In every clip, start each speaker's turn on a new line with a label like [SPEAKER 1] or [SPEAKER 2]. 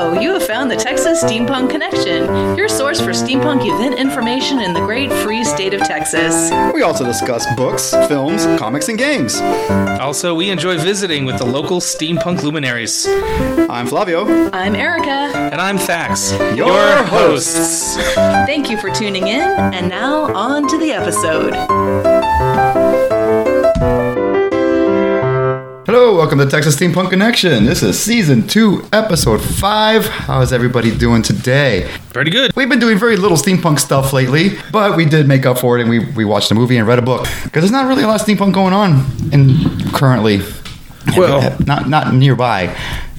[SPEAKER 1] on the Texas Steampunk Connection, your source for steampunk event information in the great free state of Texas.
[SPEAKER 2] We also discuss books, films, comics, and games.
[SPEAKER 3] Also, we enjoy visiting with the local steampunk luminaries.
[SPEAKER 2] I'm Flavio.
[SPEAKER 1] I'm Erica.
[SPEAKER 3] And I'm Thax,
[SPEAKER 2] Your hosts.
[SPEAKER 1] Thank you for tuning in, and now on to the episode.
[SPEAKER 2] Hello, welcome to Texas Steampunk Connection. This is season two, episode five. How is everybody doing today?
[SPEAKER 3] Pretty good.
[SPEAKER 2] We've been doing very little steampunk stuff lately, but we did make up for it and we, we watched a movie and read a book because there's not really a lot of steampunk going on in currently.
[SPEAKER 3] Well-
[SPEAKER 2] not not nearby.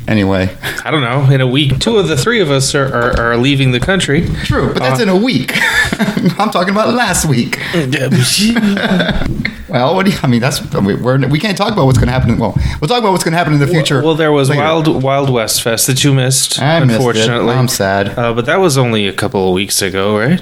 [SPEAKER 2] Anyway,
[SPEAKER 3] I don't know. In a week, two of the three of us are, are, are leaving the country.
[SPEAKER 2] true, but that's in a week. Uh, I'm talking about last week. Well, what do you, I mean, that's I mean, we're, we can't talk about what's going to happen. Well, we'll talk about what's going to happen in the future.
[SPEAKER 3] well, there was
[SPEAKER 2] later.
[SPEAKER 3] Wild Wild West Fest that you missed,
[SPEAKER 2] I missed it.
[SPEAKER 3] unfortunately.
[SPEAKER 2] I'm sad.
[SPEAKER 3] Uh, but that was only a couple of weeks ago, right?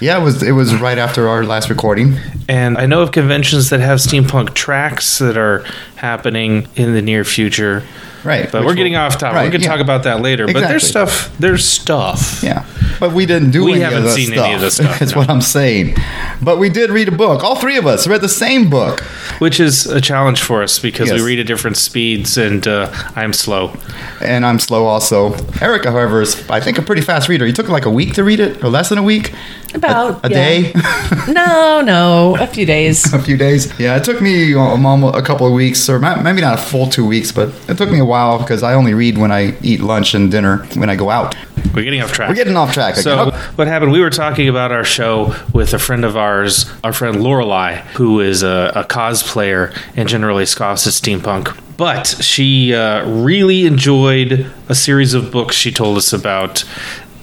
[SPEAKER 2] Yeah, it was it was right after our last recording.
[SPEAKER 3] And I know of conventions that have steampunk tracks that are happening in the near future.
[SPEAKER 2] Right,
[SPEAKER 3] But
[SPEAKER 2] which
[SPEAKER 3] we're getting
[SPEAKER 2] will-
[SPEAKER 3] off topic.
[SPEAKER 2] right,
[SPEAKER 3] we can
[SPEAKER 2] yeah.
[SPEAKER 3] talk about that later. But there's
[SPEAKER 2] Exactly.
[SPEAKER 3] stuff. There's stuff.
[SPEAKER 2] Yeah, but we didn't do.
[SPEAKER 3] We
[SPEAKER 2] any
[SPEAKER 3] haven't
[SPEAKER 2] of that
[SPEAKER 3] seen
[SPEAKER 2] stuff.
[SPEAKER 3] any of this stuff,
[SPEAKER 2] That's
[SPEAKER 3] no.
[SPEAKER 2] what I'm saying. But we did read a book. All three of us read the same book.
[SPEAKER 3] Which is a challenge for us because
[SPEAKER 2] Yes.
[SPEAKER 3] we read at different speeds and uh, I'm slow.
[SPEAKER 2] and I'm slow also. Erica, however, is I think a pretty fast reader. You took like a week to read it, or less than a week,
[SPEAKER 4] About
[SPEAKER 2] a
[SPEAKER 4] yeah.
[SPEAKER 2] day,
[SPEAKER 4] No, no, a few days.
[SPEAKER 2] a few days. Yeah, it took me um, almo- a couple of weeks, or ma- maybe not a full two weeks, but it took me a while because I only read when I eat lunch and dinner when I go out.
[SPEAKER 3] We're getting off track.
[SPEAKER 2] We're getting off track. Again.
[SPEAKER 3] So what happened? We were talking about our show with a friend of ours, our friend Lorelai, who is a, a cosplayer and generally scoffs at steampunk. But she uh, really enjoyed a series of books she told us about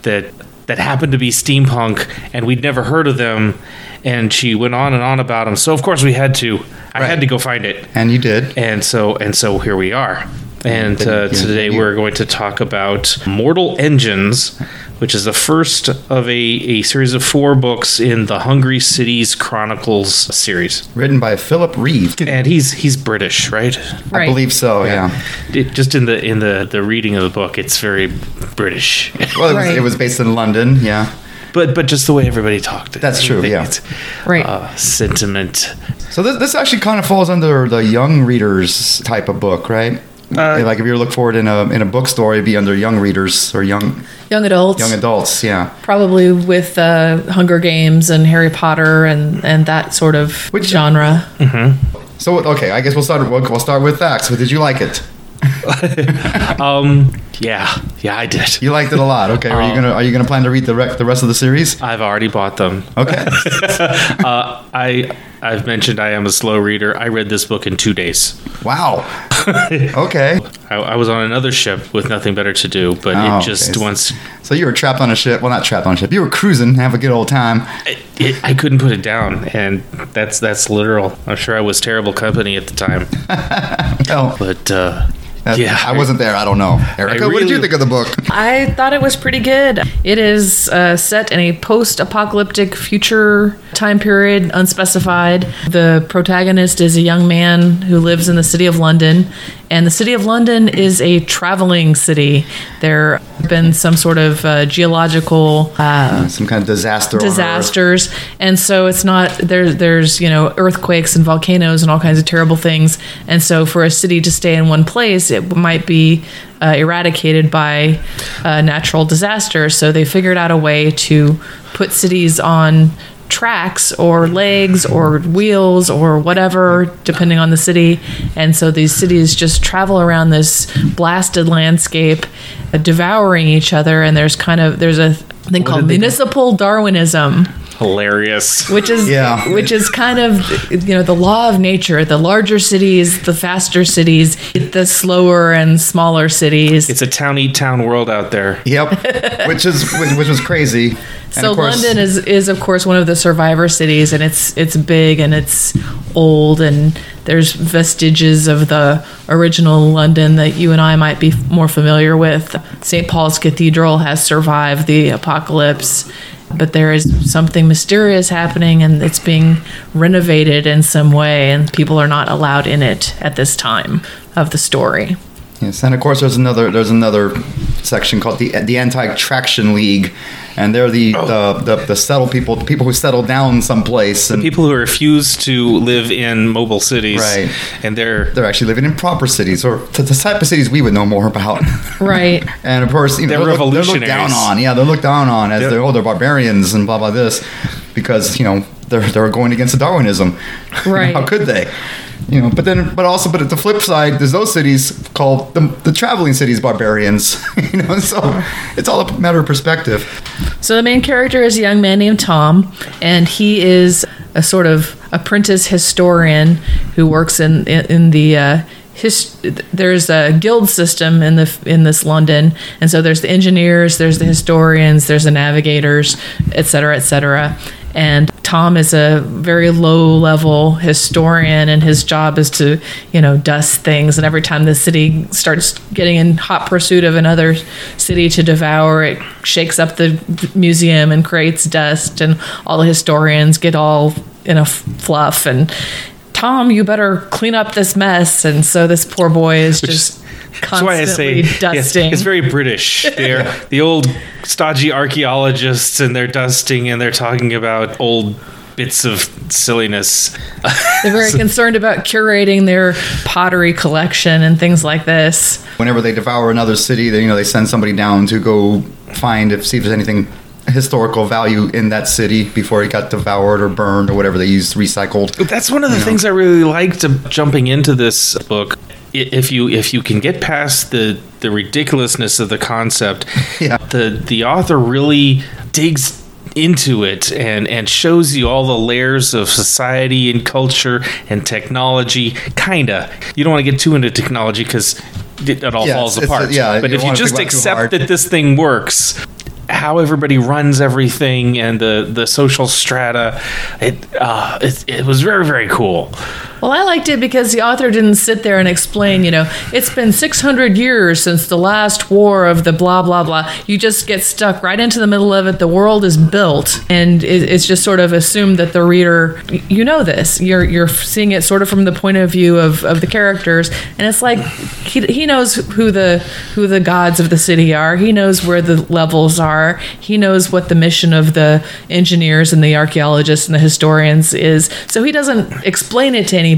[SPEAKER 3] that that happened to be steampunk, and we'd never heard of them. And she went on and on about them. So of course we had to. I had to go find it
[SPEAKER 2] and you did.
[SPEAKER 3] and so and so here we are and uh,
[SPEAKER 2] Yeah.
[SPEAKER 3] today we're going to talk about mortal engines which is the first of a, a series of four books in the hungry cities chronicles series
[SPEAKER 2] Written by Philip Reeve.
[SPEAKER 3] and he's he's british right
[SPEAKER 2] I
[SPEAKER 4] Right.
[SPEAKER 2] believe so. Yeah.
[SPEAKER 3] it, just in the in the the reading of the book it's very british
[SPEAKER 2] Well, it, was,
[SPEAKER 4] Right.
[SPEAKER 2] it was based in London. Yeah.
[SPEAKER 3] but but just the way everybody talked
[SPEAKER 2] That's true, yeah.
[SPEAKER 3] It's,
[SPEAKER 4] Right.
[SPEAKER 3] uh, sentiment
[SPEAKER 2] So this, this actually kind of falls under the young readers type of book, right?
[SPEAKER 3] Uh,
[SPEAKER 2] like if you look for it in a in a bookstore, it'd be under young readers or young
[SPEAKER 4] young adults,
[SPEAKER 2] young adults. Yeah,
[SPEAKER 4] probably with uh, Hunger Games and Harry Potter and, and that sort of
[SPEAKER 2] Which-
[SPEAKER 4] genre.
[SPEAKER 2] So okay, I guess we'll start. We'll, we'll start with Thax. But did you like it?
[SPEAKER 3] um yeah yeah i did
[SPEAKER 2] You liked it a lot. Okay, are you gonna are you gonna plan to read the rec- the rest of the series?
[SPEAKER 3] i've already bought them
[SPEAKER 2] Okay,
[SPEAKER 3] uh, I I've mentioned I am a slow reader. I read this book in two days.
[SPEAKER 2] wow. Okay,
[SPEAKER 3] I, I was on another ship with nothing better to do, but
[SPEAKER 2] Oh,
[SPEAKER 3] it just
[SPEAKER 2] okay.
[SPEAKER 3] once
[SPEAKER 2] so you were trapped on a ship. Well, not trapped on a ship. You were cruising, have a good old time.
[SPEAKER 3] it, it, I couldn't put it down, and that's that's literal. I'm sure I was terrible company at the time,
[SPEAKER 2] Well,
[SPEAKER 3] but uh,
[SPEAKER 2] that-
[SPEAKER 3] yeah,
[SPEAKER 2] I wasn't there. I don't know. Erica, what did you
[SPEAKER 3] really-
[SPEAKER 2] think of the book?
[SPEAKER 4] I thought it was pretty good. It is uh, set in a post apocalyptic future time period, unspecified. The protagonist is a young man who lives in the city of London, and the city of London is a traveling city. There have been some sort of uh, geological uh,
[SPEAKER 2] Some kind of disaster. on Earth.
[SPEAKER 4] disasters and so it's not there there's you know earthquakes and volcanoes and all kinds of terrible things and so for a city to stay in one place it might be uh, eradicated by uh, natural disaster so they figured out a way to put cities on tracks or legs or wheels or whatever depending on the city and so these cities just travel around this blasted landscape uh, devouring each other and there's kind of there's a thing called municipal darwinism
[SPEAKER 3] hilarious.
[SPEAKER 4] which is
[SPEAKER 2] Yeah.
[SPEAKER 4] which is kind of you know the law of nature the larger cities the faster cities the slower and smaller cities
[SPEAKER 3] It's a town eat town world out there.
[SPEAKER 2] Yep, which is which, which was crazy. And
[SPEAKER 4] so London is is of course one of the survivor cities, and it's it's big and it's old, and there's vestiges of the original London that you and I might be more familiar with. St. Paul's Cathedral has survived the apocalypse. But there is something mysterious happening, and it's being renovated in some way, and people are not allowed in it at this time of the story.
[SPEAKER 2] Yes, and of course there's another there's another section called the the Anti Traction League, and they're the, the, the the settle people, the people who settle down someplace, and
[SPEAKER 3] People who refuse to live in mobile cities,
[SPEAKER 2] Right.
[SPEAKER 3] And they're
[SPEAKER 2] they're actually living in proper cities or t- the type of cities we would know more about.
[SPEAKER 4] Right.
[SPEAKER 2] And of course, you know,
[SPEAKER 3] They're
[SPEAKER 2] they're, looked- they're looked down
[SPEAKER 3] revolutionaries.
[SPEAKER 2] on. Yeah, they're looked down on as
[SPEAKER 3] They're-
[SPEAKER 2] they're, oh, they're barbarians and blah blah this, because you know they're they're going against Darwinism. You know,
[SPEAKER 4] Right.
[SPEAKER 2] How could they? You know, but then, but also, but at the flip side, there's those cities called the, the traveling cities barbarians. You know, so it's all a matter of perspective.
[SPEAKER 4] So the main character is a young man named Tom, and he is a sort of apprentice historian who works in in, in the. Uh, his, there's a guild system in the in this London, and so there's the engineers, there's the historians, there's the navigators, et cetera, et cetera. And Tom is a very low level historian, and his job is to, you know, dust things. And every time the city starts getting in hot pursuit of another city to devour, it shakes up the museum and creates dust, and all the historians get all in a f- fluff. And Tom, you better clean up this mess. And so this poor boy is just
[SPEAKER 3] that's why I
[SPEAKER 4] constantly
[SPEAKER 3] say yes,
[SPEAKER 4] dusting.
[SPEAKER 3] it's very British. They're the old stodgy archaeologists, and they're dusting and they're talking about old bits of silliness.
[SPEAKER 4] They're very concerned about curating their pottery collection and things like this.
[SPEAKER 2] Whenever they devour another city, they you know they send somebody down to go find if see if there's anything historical value in that city before it got devoured or burned or whatever they used recycled.
[SPEAKER 3] That's one of the things I really liked ab- jumping into this book. I- If you if you can get past the the ridiculousness of the concept,
[SPEAKER 2] Yeah.
[SPEAKER 3] the the author really digs into it and and shows you all the layers of society and culture and technology. Kinda, you don't want to get too into technology because it, it all
[SPEAKER 2] Yeah,
[SPEAKER 3] falls
[SPEAKER 2] it's- it's-
[SPEAKER 3] apart.
[SPEAKER 2] yeah,
[SPEAKER 3] but
[SPEAKER 2] you don't
[SPEAKER 3] if you
[SPEAKER 2] wanna
[SPEAKER 3] just
[SPEAKER 2] think about it too
[SPEAKER 3] accept
[SPEAKER 2] hard.
[SPEAKER 3] that this thing works how everybody runs everything and the the social strata it uh it, it was very very cool
[SPEAKER 4] Well, I liked it because the author didn't sit there and explain, you know, it's been 600 years since the last war of the blah, blah, blah. You just get stuck right into the middle of it. The world is built, and it, it's just sort of assumed that the reader, you know, this. You're, you're seeing it sort of from the point of view of, of the characters, and it's like he, he knows who the, who the gods of the city are, he knows where the levels are, he knows what the mission of the engineers and the archaeologists and the historians is. So he doesn't explain it to anybody.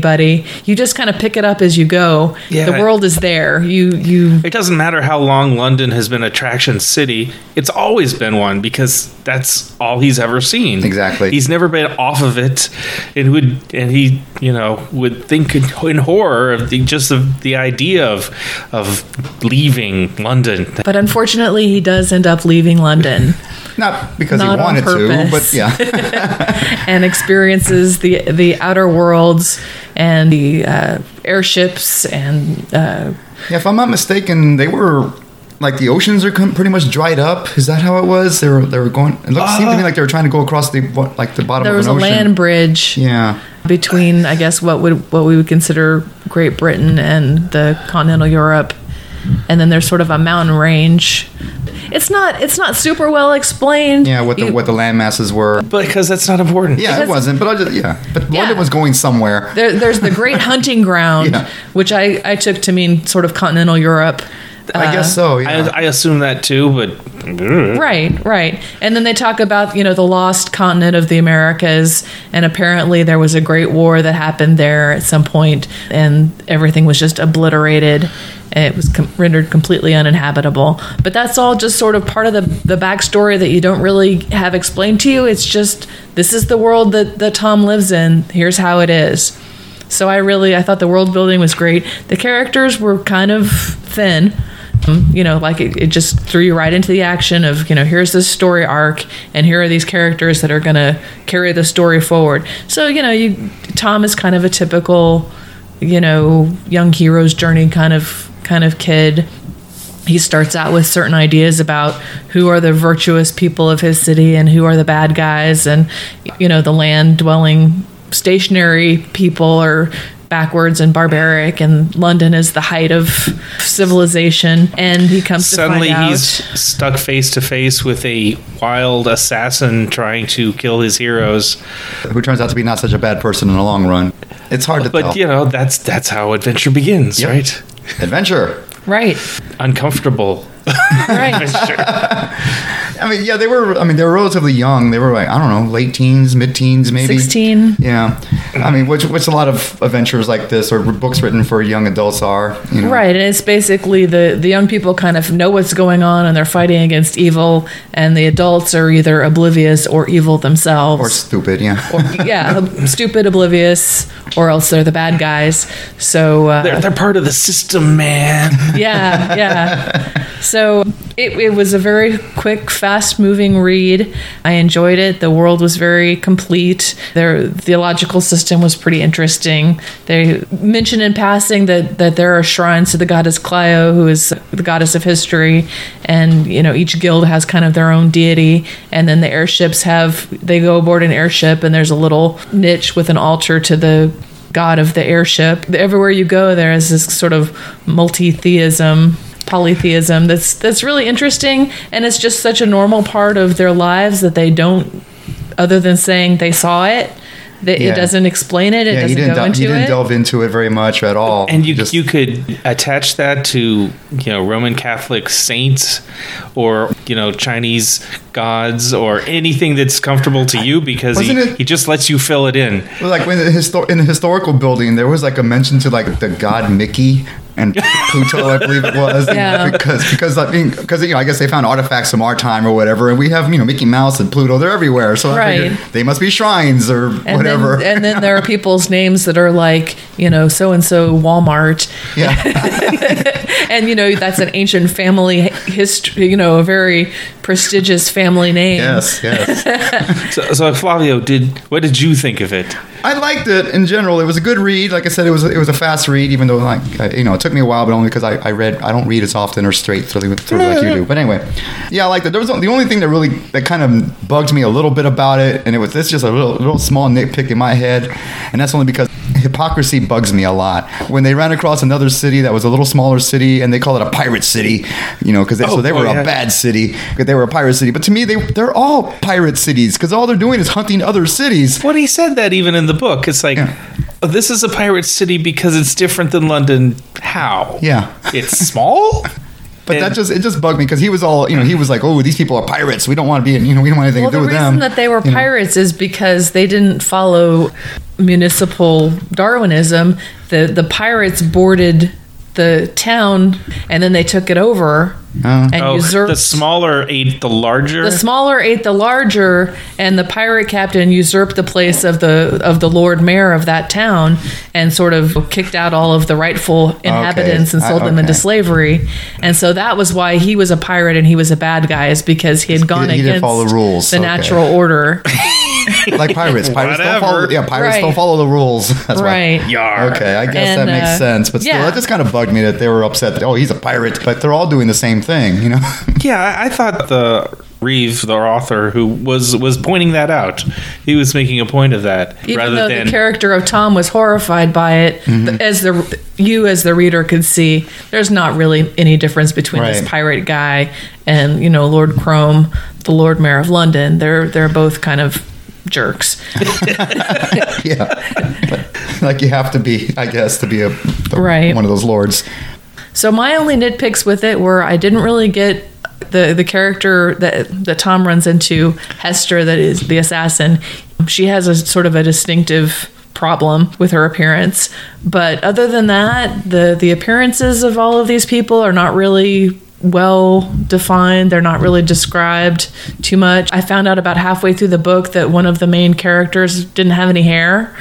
[SPEAKER 4] You just kind of pick it up as you go.
[SPEAKER 3] Yeah.
[SPEAKER 4] the world is there. You you
[SPEAKER 3] it doesn't matter how long london has been a traction city it's always been one because that's all he's ever seen
[SPEAKER 2] Exactly.
[SPEAKER 3] he's never been off of it and would and he you know would think in, in horror of the, just of the idea of of leaving london
[SPEAKER 4] but unfortunately he does end up leaving London
[SPEAKER 2] Not because
[SPEAKER 4] Not
[SPEAKER 2] he
[SPEAKER 4] on
[SPEAKER 2] wanted to,
[SPEAKER 4] purpose.
[SPEAKER 2] but yeah.
[SPEAKER 4] and experiences the the outer worlds and the uh, airships and uh,
[SPEAKER 2] Yeah, if I'm not mistaken, they were like the oceans are com- pretty much dried up. Is that how it was? They were they were going. It looked, seemed to me like they were trying to go across the bo- like the bottom
[SPEAKER 4] there
[SPEAKER 2] of
[SPEAKER 4] was
[SPEAKER 2] an
[SPEAKER 4] a
[SPEAKER 2] ocean.
[SPEAKER 4] land bridge
[SPEAKER 2] yeah,
[SPEAKER 4] between I guess what would what we would consider Great Britain and the continental Europe, and then there's sort of a mountain range. It's not it's not super well explained.
[SPEAKER 2] yeah. What the
[SPEAKER 4] You-
[SPEAKER 2] what the land masses were.
[SPEAKER 3] because that's not important
[SPEAKER 2] Yeah,
[SPEAKER 4] Because-
[SPEAKER 2] it wasn't. But I just yeah. But
[SPEAKER 4] Yeah.
[SPEAKER 2] London was going somewhere.
[SPEAKER 4] There, there's the Great Hunting Ground,
[SPEAKER 2] Yeah.
[SPEAKER 4] which I, I took to mean sort of continental Europe.
[SPEAKER 2] I guess
[SPEAKER 4] Uh-huh.
[SPEAKER 2] so. Yeah.
[SPEAKER 3] I, I assume that too but
[SPEAKER 4] Right, right. And then they talk about, you know, the lost continent of the Americas and apparently there was a great war that happened there at some point and everything was just obliterated and it was com- rendered completely uninhabitable. But that's all just sort of part of the the backstory that you don't really have explained to you. It's just this is the world that that Tom lives in. Here's how it is. So I really I thought the world building was great. The characters were kind of thin. Um, You know, like it, it just threw you right into the action of, you know, here's this story arc and here are these characters that are going to carry the story forward. So, you know, you Tom is kind of a typical, you know, young hero's journey kind of kind of kid he starts out with certain ideas about who are the virtuous people of his city and who are the bad guys and you know the land dwelling stationary people are backwards and barbaric and london is the height of civilization and he comes
[SPEAKER 3] suddenly
[SPEAKER 4] to find
[SPEAKER 3] he's
[SPEAKER 4] out
[SPEAKER 3] stuck face to face with a wild assassin trying to kill his heroes
[SPEAKER 2] Who turns out to be not such a bad person in the long run. It's hard to
[SPEAKER 3] but
[SPEAKER 2] tell.
[SPEAKER 3] you know that's that's how adventure begins
[SPEAKER 2] Yep.
[SPEAKER 3] right
[SPEAKER 2] Adventure.
[SPEAKER 4] right
[SPEAKER 3] uncomfortable
[SPEAKER 4] right.
[SPEAKER 2] I mean, yeah, they were. I mean, they were relatively young. They were like I don't know, late teens, mid teens, maybe
[SPEAKER 4] 16.
[SPEAKER 2] Yeah, I mean, which which a lot of adventures like this or books written for young adults are. You know?
[SPEAKER 4] Right, and it's basically the the young people kind of know what's going on and they're fighting against evil, and the adults are either oblivious or evil themselves.
[SPEAKER 2] Or stupid. Yeah.
[SPEAKER 4] yeah, ob- stupid, oblivious, or else they're the bad guys. So uh,
[SPEAKER 3] They're, they're part of the system, man.
[SPEAKER 4] yeah, yeah. So it, it was a very quick, fast moving read. I enjoyed it. The world was very complete. Their theological system was pretty interesting. They mention in passing that, that there are shrines to the goddess Clio, who is the goddess of history, and you know each guild has kind of their own deity. And then the airships have they go aboard an airship, and there's a little niche with an altar to the god of the airship. Everywhere you go, there is this sort of multi-theism, polytheism that's that's really interesting, and it's just such a normal part of their lives that they don't, other than saying they saw it, that
[SPEAKER 2] Yeah.
[SPEAKER 4] it doesn't explain it. It
[SPEAKER 2] yeah, you
[SPEAKER 4] doesn't
[SPEAKER 2] didn't,
[SPEAKER 4] go
[SPEAKER 2] del-
[SPEAKER 4] into
[SPEAKER 2] you didn't
[SPEAKER 4] it.
[SPEAKER 2] delve into it very much at all.
[SPEAKER 3] And you
[SPEAKER 2] Just-
[SPEAKER 3] you could attach that to you know Roman Catholic saints or you know Chinese gods or anything that's comfortable to you because he,
[SPEAKER 2] Wasn't it-
[SPEAKER 3] he just lets you fill it in.
[SPEAKER 2] Well, like when the histo- in the historical building, there was like a mention to like the god Mickey and Pluto, I believe it was, and
[SPEAKER 4] Yeah.
[SPEAKER 2] because because I mean because you know I guess they found artifacts from our time or whatever, and we have you know Mickey Mouse and Pluto, they're everywhere, so I figured
[SPEAKER 4] Right.
[SPEAKER 2] they must be shrines or
[SPEAKER 4] and
[SPEAKER 2] whatever.
[SPEAKER 4] Then, and then there are people's names that are like, you know, so and so Walmart.
[SPEAKER 2] yeah,
[SPEAKER 4] And, you know, that's an ancient family history, you know, a very prestigious family name.
[SPEAKER 2] yes, yes.
[SPEAKER 3] So, so Flavio, did what did you think of it?
[SPEAKER 2] I liked it in general. It was a good read. Like I said, it was it was a fast read, even though like I, you know it took me a while, but only because I, I read I don't read as often or straight through, through like you do. But anyway, yeah, I liked it. There was the only thing that really that kind of bugged me a little bit about it, and it was it's just a little little small nitpick in my head, and that's only because hypocrisy bugs me a lot. When they ran across another city that was a little smaller city, and they call it a pirate city, you know, because they, so
[SPEAKER 3] Oh,
[SPEAKER 2] they
[SPEAKER 3] oh,
[SPEAKER 2] were
[SPEAKER 3] yeah.
[SPEAKER 2] a bad city, 'cause they were a pirate city. But to me, they they're all pirate cities because all they're doing is hunting other cities.
[SPEAKER 3] Well, he said that even in the book. It's like, oh, this is a pirate city because it's different than London. How?
[SPEAKER 2] Yeah.
[SPEAKER 3] It's small?
[SPEAKER 2] But
[SPEAKER 3] And-
[SPEAKER 2] that just it just bugged me because he was all you know he was like oh these people are pirates we don't want to be in you know we don't want anything
[SPEAKER 4] Well,
[SPEAKER 2] to
[SPEAKER 4] the
[SPEAKER 2] do with
[SPEAKER 4] reason
[SPEAKER 2] them
[SPEAKER 4] that they were
[SPEAKER 2] you know.
[SPEAKER 4] pirates is because they didn't follow municipal Darwinism. The the pirates boarded the town and then they took it over and
[SPEAKER 3] Oh,
[SPEAKER 4] usurped
[SPEAKER 3] the smaller ate the larger.
[SPEAKER 4] the smaller ate the larger, and the pirate captain usurped the place of the of the Lord Mayor of that town, and sort of kicked out all of the rightful inhabitants and
[SPEAKER 2] I-
[SPEAKER 4] sold them into
[SPEAKER 2] okay.
[SPEAKER 4] slavery. And so that was why he was a pirate and he was a bad guy, is because he had gone
[SPEAKER 2] he didn't
[SPEAKER 4] against
[SPEAKER 2] follow rules,
[SPEAKER 4] the
[SPEAKER 2] okay.
[SPEAKER 4] natural order.
[SPEAKER 2] like pirates pirates don't follow
[SPEAKER 3] Whatever.
[SPEAKER 2] yeah pirates
[SPEAKER 4] Right.
[SPEAKER 2] don't follow the rules that's why.
[SPEAKER 4] right.
[SPEAKER 3] Yar.
[SPEAKER 2] okay I guess
[SPEAKER 4] And,
[SPEAKER 2] that makes
[SPEAKER 4] uh,
[SPEAKER 2] sense but still
[SPEAKER 4] yeah.
[SPEAKER 2] that just kind of bugged me that they were upset that oh he's a pirate but they're all doing the same thing you know
[SPEAKER 3] Yeah, I, I thought the Reeve, the author, who was was pointing that out, he was making a point of that
[SPEAKER 4] Even
[SPEAKER 3] rather
[SPEAKER 4] though
[SPEAKER 3] than Mm-hmm.
[SPEAKER 4] the character of Tom was horrified by it, th- as the you as the reader could see, there's not really any difference between
[SPEAKER 2] Right.
[SPEAKER 4] this pirate guy and you know Lord Chrome, the Lord Mayor of London. They're they're both kind of jerks.
[SPEAKER 2] yeah like you have to be I guess to be a the-
[SPEAKER 4] Right.
[SPEAKER 2] one of those lords
[SPEAKER 4] So my only nitpicks with it were I didn't really get the the character that that Tom runs into Hester that is the assassin. She has a sort of a distinctive problem with her appearance, but other than that, the the appearances of all of these people are not really well defined. They're not really described too much. I found out about halfway through the book that one of the main characters didn't have any hair.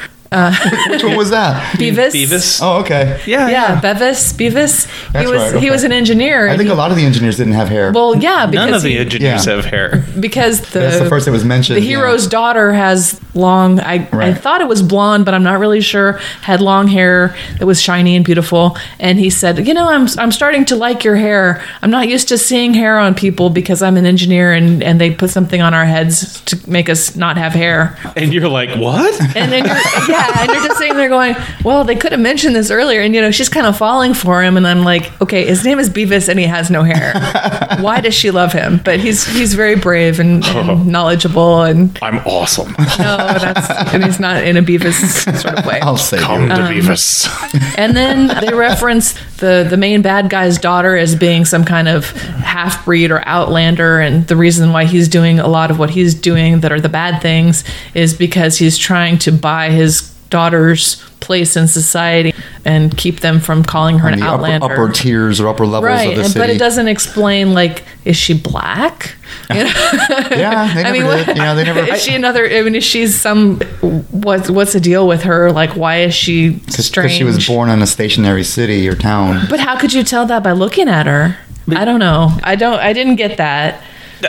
[SPEAKER 2] which one was that
[SPEAKER 4] Beavis.
[SPEAKER 3] Beavis.
[SPEAKER 2] oh okay
[SPEAKER 3] yeah,
[SPEAKER 4] Yeah, Bevis, Beavis.
[SPEAKER 2] That's
[SPEAKER 4] he was
[SPEAKER 2] right, okay.
[SPEAKER 4] he was an engineer.
[SPEAKER 2] I
[SPEAKER 4] and
[SPEAKER 2] think
[SPEAKER 4] he-
[SPEAKER 2] a lot of the engineers didn't have hair
[SPEAKER 4] well, yeah, because
[SPEAKER 3] None of the
[SPEAKER 4] he-
[SPEAKER 3] engineers
[SPEAKER 2] Yeah.
[SPEAKER 3] have hair.
[SPEAKER 4] because the,
[SPEAKER 2] that's the first that was mentioned
[SPEAKER 4] the
[SPEAKER 2] yeah.
[SPEAKER 4] hero's daughter has long. I I
[SPEAKER 2] Right.
[SPEAKER 4] thought it was blonde, but I'm not really sure. Had long hair that was shiny and beautiful. And he said, "You know, I'm I'm starting to like your hair. I'm not used to seeing hair on people because I'm an engineer, and and they put something on our heads to make us not have hair.
[SPEAKER 3] And you're like, what?
[SPEAKER 4] And then you're, yeah, yeah, and you're just sitting there going, "Well, they could have mentioned this earlier." And you know, she's kind of falling for him, and I'm like, "Okay, his name is Beavis, and he has no hair. Why does she love him?" But he's he's very brave and, and knowledgeable, and
[SPEAKER 3] I'm awesome.
[SPEAKER 4] no, that's and he's not in a Beavis sort of way.
[SPEAKER 2] I'll say
[SPEAKER 3] Come to
[SPEAKER 4] um,
[SPEAKER 3] Beavis.
[SPEAKER 4] And then they reference the the main bad guy's daughter as being some kind of half breed or outlander, and the reason why he's doing a lot of what he's doing that are the bad things is because he's trying to buy his daughter's place in society and keep them from calling her
[SPEAKER 2] in
[SPEAKER 4] an
[SPEAKER 2] the upper,
[SPEAKER 4] outlander.
[SPEAKER 2] upper tiers or upper levels
[SPEAKER 4] right,
[SPEAKER 2] of the
[SPEAKER 4] and-
[SPEAKER 2] city.
[SPEAKER 4] but it doesn't explain like is she black? You know?
[SPEAKER 2] Yeah, they never
[SPEAKER 4] I mean,
[SPEAKER 2] did.
[SPEAKER 4] what,
[SPEAKER 2] You know, they never.
[SPEAKER 4] is she another? I mean, is she some? What's what's the deal with her? Like, why is she strange?
[SPEAKER 2] Because she was born in a stationary city or town.
[SPEAKER 4] But how could you tell that by looking at her? I don't know. I don't. I didn't get that.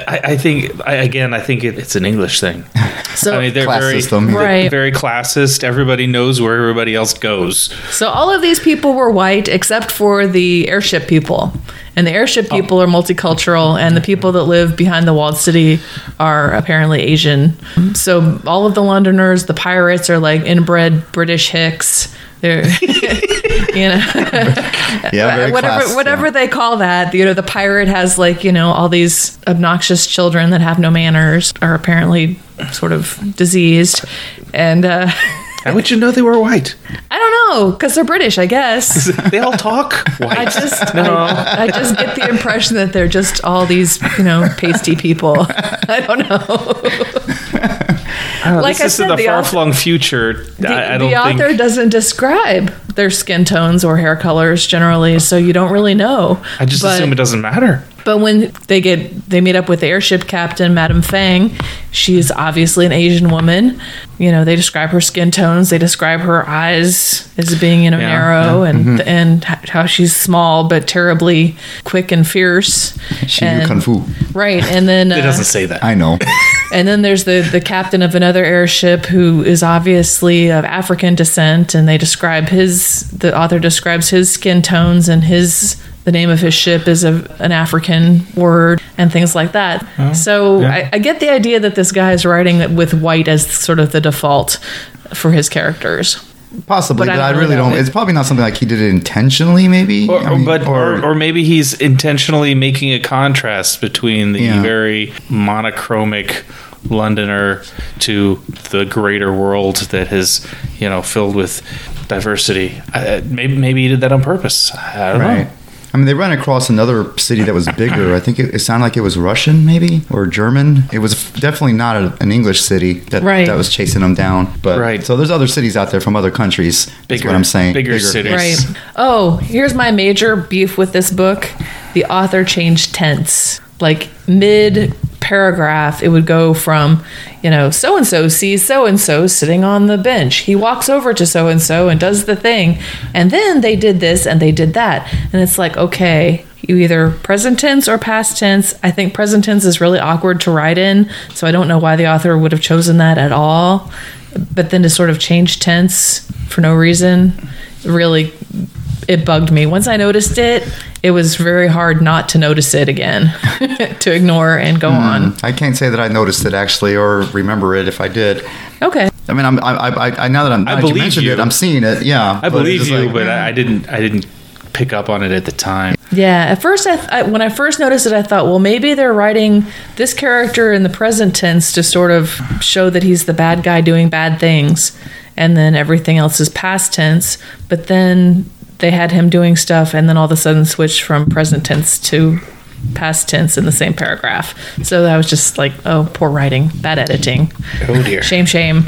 [SPEAKER 3] I, I think I, again. I think it, it's an English thing.
[SPEAKER 4] So,
[SPEAKER 3] I mean, they're
[SPEAKER 2] Class
[SPEAKER 3] very
[SPEAKER 2] system.
[SPEAKER 3] they're
[SPEAKER 4] Right.
[SPEAKER 3] very classist. Everybody knows where everybody else goes.
[SPEAKER 4] so all of these people were white except for the airship people, and the airship
[SPEAKER 3] Oh.
[SPEAKER 4] people are multicultural, and the people that live behind the walled city are apparently Asian. So all of the Londoners, the pirates, are like inbred British hicks. They're, you know.
[SPEAKER 2] Yeah, very
[SPEAKER 4] whatever
[SPEAKER 2] class,
[SPEAKER 4] whatever they call that you know the pirate has like you know all these obnoxious children that have no manners are apparently sort of diseased and uh
[SPEAKER 3] How would you know they were white?
[SPEAKER 4] i don't know because they're british i guess
[SPEAKER 3] They all talk white.
[SPEAKER 4] i just
[SPEAKER 3] no,
[SPEAKER 4] I, I just get the impression that they're just all these you know pasty people i don't know like
[SPEAKER 3] Oh, this
[SPEAKER 4] I
[SPEAKER 3] is
[SPEAKER 4] said,
[SPEAKER 3] in the,
[SPEAKER 4] the
[SPEAKER 3] far
[SPEAKER 4] author-
[SPEAKER 3] flung future.
[SPEAKER 4] the,
[SPEAKER 3] I, I don't
[SPEAKER 4] the
[SPEAKER 3] think
[SPEAKER 4] author doesn't describe their skin tones or hair colors generally so you don't really know
[SPEAKER 3] I just
[SPEAKER 4] But-
[SPEAKER 3] assume it doesn't matter.
[SPEAKER 4] But when they get they meet up with the airship captain, Madame Fang, she's obviously an Asian woman. You know, they describe her skin tones, they describe her eyes as being you know
[SPEAKER 3] Yeah, Mm-hmm.
[SPEAKER 4] narrow and and h- how she's small but terribly quick and fierce.
[SPEAKER 2] She
[SPEAKER 4] and,
[SPEAKER 2] knew kung fu.
[SPEAKER 4] Right, and then
[SPEAKER 3] It
[SPEAKER 4] uh,
[SPEAKER 3] doesn't say that.
[SPEAKER 2] I know.
[SPEAKER 4] and then there's the the captain of another airship who is obviously of African descent, and they describe his the author describes his skin tones and his the name of his ship is a, an African word and things like that. so I, I get the idea that this guy is writing with white as sort of the default for his characters.
[SPEAKER 2] Possibly,
[SPEAKER 4] But
[SPEAKER 2] but,
[SPEAKER 4] I
[SPEAKER 2] I,
[SPEAKER 4] don't
[SPEAKER 2] really
[SPEAKER 4] know.
[SPEAKER 2] don't. It's probably not something like he did it intentionally. Maybe,
[SPEAKER 3] Or,
[SPEAKER 2] I mean,
[SPEAKER 3] but or, or, maybe he's intentionally making a contrast between the
[SPEAKER 2] Yeah.
[SPEAKER 3] very monochromic Londoner to the greater world that is, you know, filled with diversity. I, I- maybe maybe he did that on purpose. I don't
[SPEAKER 2] right.
[SPEAKER 3] know.
[SPEAKER 2] I mean, they ran across another city that was bigger. I think it, it sounded like it was Russian, maybe or German. It was definitely not a, an English city that
[SPEAKER 4] Right.
[SPEAKER 2] that was chasing them down. But
[SPEAKER 3] Right.
[SPEAKER 2] so there's other cities out there from other countries. That's
[SPEAKER 3] Bigger,
[SPEAKER 2] what I'm saying.
[SPEAKER 3] Bigger, cities.
[SPEAKER 4] Right. Oh, here's my major beef with this book. The author changed tense. Like mid paragraph, it would go from, you know, so and so sees so and so sitting on the bench. He walks over to so and so and does the thing. And then they did this and they did that. And it's like, okay, you either present tense or past tense. I think present tense is really awkward to write in. So I don't know why the author would have chosen that at all. But then to sort of change tense for no reason really it bugged me once i noticed it it was very hard not to notice it again to ignore and go on
[SPEAKER 2] I can't say that I noticed it actually or remember it if I did.
[SPEAKER 3] Mm-hmm.
[SPEAKER 4] okay
[SPEAKER 2] I mean, I'm, I, I, I- I now that I'm now that
[SPEAKER 3] believe
[SPEAKER 2] you mentioned
[SPEAKER 3] you.
[SPEAKER 2] it, I'm seeing it. Yeah, But
[SPEAKER 3] I
[SPEAKER 2] it's
[SPEAKER 3] believe
[SPEAKER 2] just
[SPEAKER 3] you,
[SPEAKER 2] like-
[SPEAKER 3] but I, I didn't. I didn't pick up on it at the time.
[SPEAKER 4] yeah at first I, I when i first noticed it i thought well maybe they're writing this character in the present tense to sort of show that he's the bad guy doing bad things and then everything else is past tense but then they had him doing stuff and then all of a sudden switched from present tense to past tense in the same paragraph so i was just like oh poor writing bad editing
[SPEAKER 3] Oh dear.
[SPEAKER 4] Shame, shame.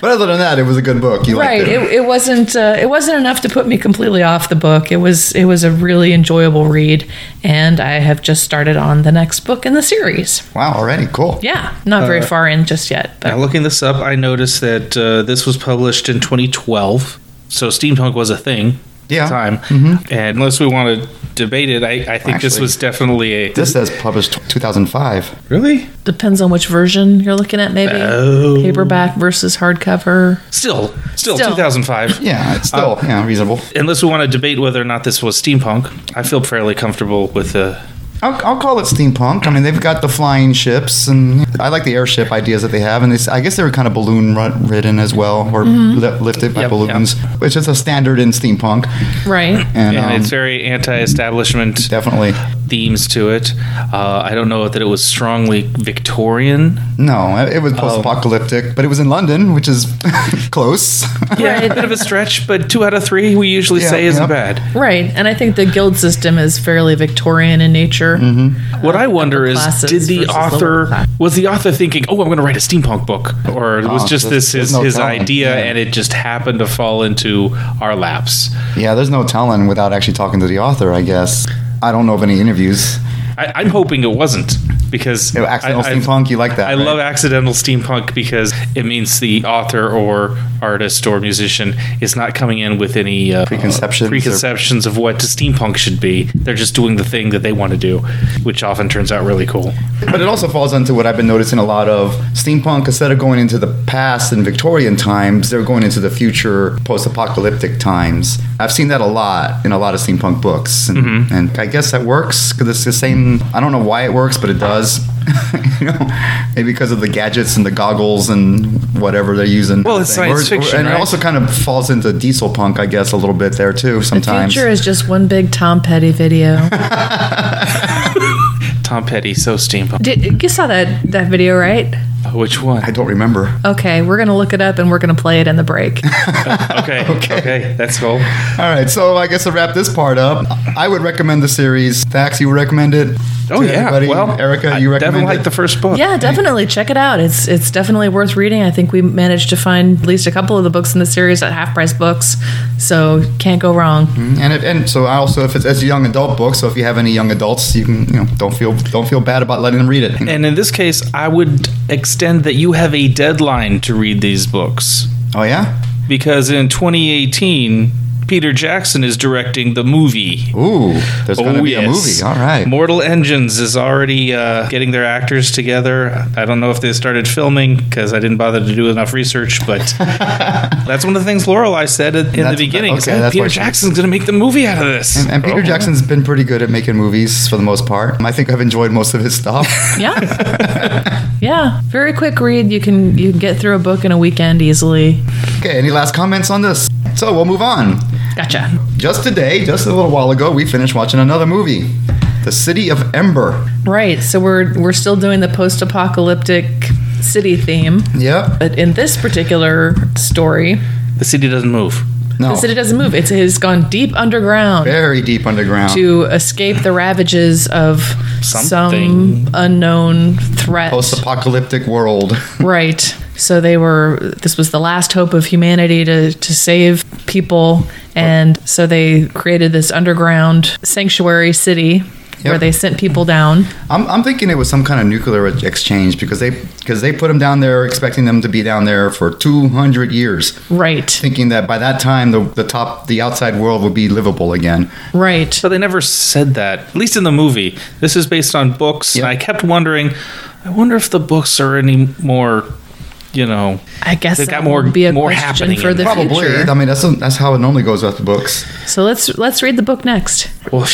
[SPEAKER 2] But other than that, it was a good book. You
[SPEAKER 4] Right.
[SPEAKER 2] liked it.
[SPEAKER 4] It, it wasn't. Uh, it wasn't enough to put me completely off the book. It was. It was a really enjoyable read, and I have just started on the next book in the series.
[SPEAKER 2] Wow, already cool.
[SPEAKER 4] Yeah, not very far in just yet, but
[SPEAKER 3] Now, looking this up, I noticed that uh, this was published in 2012, so steampunk was a thing
[SPEAKER 2] Yeah. Mm-hmm.
[SPEAKER 3] at the time. And unless we want to debate it, I, I think this
[SPEAKER 2] Actually,
[SPEAKER 3] was definitely a
[SPEAKER 2] This says published 2005.
[SPEAKER 3] really
[SPEAKER 4] depends on which version you're looking at. Maybe
[SPEAKER 3] Oh.
[SPEAKER 4] paperback versus hardcover.
[SPEAKER 3] still still,
[SPEAKER 4] Still.
[SPEAKER 3] 2005.
[SPEAKER 2] Yeah, it's still
[SPEAKER 3] Uh,
[SPEAKER 2] yeah reasonable.
[SPEAKER 3] Unless we want to debate whether or not this was steampunk, I feel fairly comfortable with the
[SPEAKER 2] I'll, I'll call it steampunk. I mean, they've got the flying ships, and I like the airship ideas that they have. And they, s- I guess they were kind of balloon ru- ridden as well, or li- lifted by
[SPEAKER 3] Yep,
[SPEAKER 2] balloons, which is a standard in steampunk.
[SPEAKER 4] Right.
[SPEAKER 2] And,
[SPEAKER 3] and
[SPEAKER 2] um,
[SPEAKER 3] it's very anti-establishment
[SPEAKER 2] definitely
[SPEAKER 3] themes to it. Uh, I don't know that it was strongly Victorian.
[SPEAKER 2] no. it-
[SPEAKER 3] Oh.
[SPEAKER 2] It was post-apocalyptic, but it was in London, which is close.
[SPEAKER 3] Yeah, a bit of a stretch, but two out of three we usually
[SPEAKER 2] Yeah,
[SPEAKER 3] say isn't
[SPEAKER 2] yep.
[SPEAKER 3] bad.
[SPEAKER 4] Right. And I think the guild system is fairly Victorian in nature.
[SPEAKER 3] What I wonder is,
[SPEAKER 4] classes
[SPEAKER 3] did the
[SPEAKER 4] versus the
[SPEAKER 3] author
[SPEAKER 4] lower class.
[SPEAKER 3] was the author thinking, "Oh, I'm going to write a steampunk book," or was
[SPEAKER 2] Oh,
[SPEAKER 3] just
[SPEAKER 2] there's-
[SPEAKER 3] this
[SPEAKER 2] there's
[SPEAKER 3] his,
[SPEAKER 2] no
[SPEAKER 3] his
[SPEAKER 2] telling.
[SPEAKER 3] idea
[SPEAKER 2] Yeah.
[SPEAKER 3] and it just happened to fall into our laps?
[SPEAKER 2] yeah, there's no telling without actually talking to the author. I guess I don't know of any interviews.
[SPEAKER 3] I, I'm hoping it wasn't because
[SPEAKER 2] You know, accidental
[SPEAKER 3] I- I've-
[SPEAKER 2] steampunk, you like that?
[SPEAKER 3] I
[SPEAKER 2] right?
[SPEAKER 3] love accidental steampunk because it means the author or artist or musician is not coming in with any uh,
[SPEAKER 2] Preconceptions or-
[SPEAKER 3] preconceptions of what steampunk should be. They're just doing the thing that they want to do, which often turns out really cool.
[SPEAKER 2] But it also falls into what I've been noticing a lot of steampunk. Instead of going into the past and Victorian times, they're going into the future, post-apocalyptic times. I've seen that a lot in a lot of steampunk books, and,
[SPEAKER 3] Mm-hmm.
[SPEAKER 2] and I guess that works because it's the same. I don't know why it works, but it does. you know, maybe because of the gadgets and the goggles and whatever they're using.
[SPEAKER 3] Well, it's
[SPEAKER 2] Or-
[SPEAKER 3] science fiction,
[SPEAKER 2] and it
[SPEAKER 3] right?
[SPEAKER 2] also kind of falls into diesel punk, I guess, a little bit there too. Sometimes
[SPEAKER 4] Future is just one big Tom Petty video.
[SPEAKER 3] Tom Petty, so steampunk.
[SPEAKER 4] Did, you saw that, that video, right?
[SPEAKER 3] Which one?
[SPEAKER 2] I don't remember.
[SPEAKER 4] Okay, we're gonna look it up and we're gonna play it in the break.
[SPEAKER 3] okay, okay, that's cool.
[SPEAKER 2] All right, so I guess to wrap this part up, I would recommend the series. Thax, you recommend it?
[SPEAKER 3] Oh
[SPEAKER 2] to
[SPEAKER 3] yeah,
[SPEAKER 2] everybody?
[SPEAKER 3] well,
[SPEAKER 2] Erica, you
[SPEAKER 3] I definitely
[SPEAKER 2] recommend
[SPEAKER 3] like
[SPEAKER 2] it?
[SPEAKER 3] the first book.
[SPEAKER 4] yeah, definitely check it out. It's it's definitely worth reading. I think we managed to find at least a couple of the books in the series at half price books, so can't go wrong.
[SPEAKER 2] Mm-hmm. and if, and so I also if it's as a young adult book, so if you have any young adults, you can you know don't feel don't feel bad about letting them read it.
[SPEAKER 3] And in this case, I would extend that you have a deadline to read these books.
[SPEAKER 2] oh yeah,
[SPEAKER 3] because in 2018 Peter Jackson is directing the movie.
[SPEAKER 2] ooh, there's going to
[SPEAKER 3] Oh,
[SPEAKER 2] be a
[SPEAKER 3] yes.
[SPEAKER 2] movie. All right,
[SPEAKER 3] Mortal Engines is already uh, getting their actors together. I don't know if they started filming because I didn't bother to do enough research, but that's one of the things Lorelai said in in the
[SPEAKER 2] That's-
[SPEAKER 3] beginning. is,
[SPEAKER 2] okay,
[SPEAKER 3] "Oh,
[SPEAKER 2] that's
[SPEAKER 3] Peter
[SPEAKER 2] why she-
[SPEAKER 3] Jackson's going to make the movie out of this.
[SPEAKER 2] And, and Peter
[SPEAKER 3] Oh.
[SPEAKER 2] Jackson's been pretty good at making movies for the most part. I think I've enjoyed most of his stuff.
[SPEAKER 4] Yeah, yeah, very quick read. You can you can get through a book in a weekend easily.
[SPEAKER 2] okay, any last comments on this? So we'll move on.
[SPEAKER 4] Gotcha.
[SPEAKER 2] Just today, just a little while ago, we finished watching another movie, The City of Ember.
[SPEAKER 4] Right, so we're we're still doing the post apocalyptic city theme,
[SPEAKER 2] Yep.
[SPEAKER 4] but in this particular story,
[SPEAKER 3] The city doesn't move.
[SPEAKER 2] No.
[SPEAKER 4] the city doesn't move. It's it's gone deep underground.
[SPEAKER 2] very deep underground.
[SPEAKER 4] to escape the ravages of
[SPEAKER 3] Something.
[SPEAKER 4] some unknown threat.
[SPEAKER 2] Post-apocalyptic world.
[SPEAKER 4] Right. So they were. This was the last hope of humanity to to save people, and so they created this underground sanctuary city where
[SPEAKER 2] Yep.
[SPEAKER 4] they sent people down.
[SPEAKER 2] I'm, I'm thinking it was some kind of nuclear ex- exchange because they because they put them down there expecting them to be down there for 200 years,
[SPEAKER 4] Right.
[SPEAKER 2] thinking that by that time the, the top the outside world would be livable again.
[SPEAKER 4] Right.
[SPEAKER 3] So they never said that, at least in the movie. This is based on books, and
[SPEAKER 2] Yeah.
[SPEAKER 3] I kept wondering, I wonder if the books are any more, you know,
[SPEAKER 4] I guess
[SPEAKER 3] They've
[SPEAKER 4] that
[SPEAKER 3] got more-
[SPEAKER 4] would be a
[SPEAKER 3] more
[SPEAKER 4] question
[SPEAKER 3] happening
[SPEAKER 4] for
[SPEAKER 3] in
[SPEAKER 4] the
[SPEAKER 3] there.
[SPEAKER 2] Probably.
[SPEAKER 4] future.
[SPEAKER 2] I mean, that's that's how it normally goes with the books.
[SPEAKER 4] So let's let's read the book next.
[SPEAKER 3] well,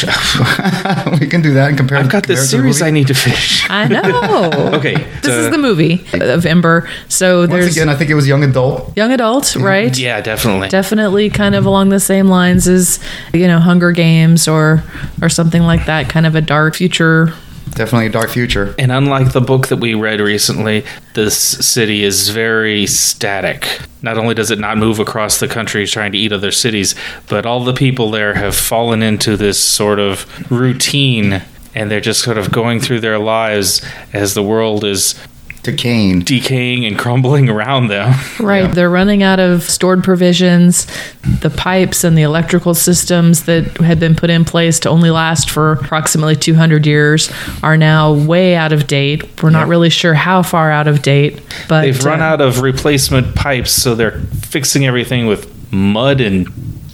[SPEAKER 2] we can do that and compare.
[SPEAKER 3] I've got
[SPEAKER 2] compare it
[SPEAKER 3] this
[SPEAKER 2] to the
[SPEAKER 3] series I
[SPEAKER 2] movie.
[SPEAKER 3] need to finish.
[SPEAKER 4] I know.
[SPEAKER 3] Okay,
[SPEAKER 4] This
[SPEAKER 3] uh,
[SPEAKER 4] is the movie of Ember. So
[SPEAKER 2] Once
[SPEAKER 4] there's
[SPEAKER 2] again, Mm-hmm. I think it was young adult.
[SPEAKER 4] young adult, right?
[SPEAKER 3] Yeah, definitely.
[SPEAKER 4] definitely kind of along the same lines as you know Hunger Games or or something like that. Kind of a dark future.
[SPEAKER 2] Definitely a dark future.
[SPEAKER 3] and unlike the book that we read recently, this city is very static. Not only does it not move across the country trying to eat other cities, but all the people there have fallen into this sort of routine and they're just sort of going through their lives as the world is
[SPEAKER 2] Decaying.
[SPEAKER 3] decaying and crumbling around them.
[SPEAKER 4] Right, they're running out of stored provisions, the pipes and the electrical systems that had been put in place to only last for approximately 200 years are now way out of date. We're not really sure how far out of date, but
[SPEAKER 3] They've run
[SPEAKER 4] uh,
[SPEAKER 3] out of replacement pipes, so they're fixing everything with mud and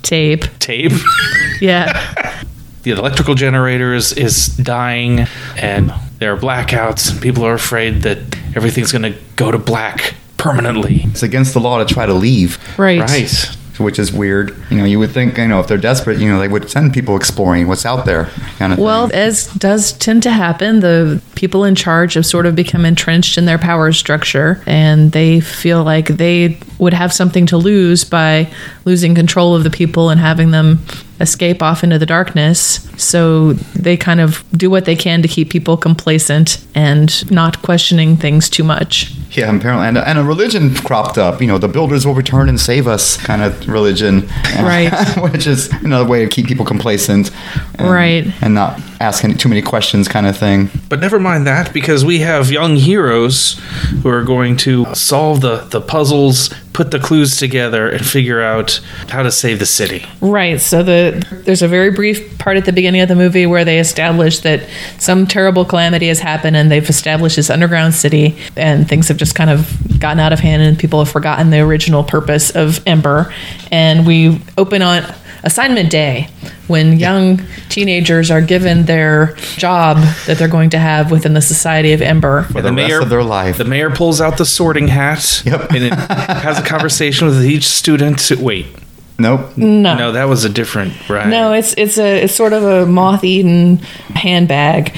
[SPEAKER 4] tape.
[SPEAKER 3] tape.
[SPEAKER 4] Yeah,
[SPEAKER 3] the electrical generator is, is dying and there are blackouts and people are afraid that everything's going to go to black permanently
[SPEAKER 2] It's against the law to try to leave.
[SPEAKER 4] right.
[SPEAKER 3] right
[SPEAKER 2] which is weird. You know, you would think, you know, if they're desperate, you know, they would send people exploring what's out there, kind of.
[SPEAKER 4] Well,
[SPEAKER 2] thing.
[SPEAKER 4] as does tend to happen, the people in charge have sort of become entrenched in their power structure and they feel like they would have something to lose by losing control of the people and having them escape off into the darkness. So they kind of do what they can to keep people complacent and not questioning things too much.
[SPEAKER 2] yeah, apparently, and, and a religion cropped up. You know, the builders will return and save us, kind of religion,
[SPEAKER 4] Right.
[SPEAKER 2] which is another way to keep people complacent, and,
[SPEAKER 4] Right.
[SPEAKER 2] and not asking too many questions, kind of thing.
[SPEAKER 3] But never mind that, because we have young heroes who are going to solve the, the puzzles, put the clues together, and figure out how to save the city.
[SPEAKER 4] Right. So the there's a very brief part at the beginning of the movie where they establish that some terrible calamity has happened and they've established this underground city and things have just kind of gotten out of hand and people have forgotten the original purpose of Ember. And we open on assignment day when young teenagers are given their job that they're going to have within the society of Ember.
[SPEAKER 2] For the, rest of their life.
[SPEAKER 3] The mayor pulls out the sorting hat
[SPEAKER 2] Yep.
[SPEAKER 3] and it has a conversation with each student. to- Wait,
[SPEAKER 2] nope.
[SPEAKER 4] No.
[SPEAKER 3] no, that was a different right.
[SPEAKER 4] No, it's it's a it's sort of a moth-eaten handbag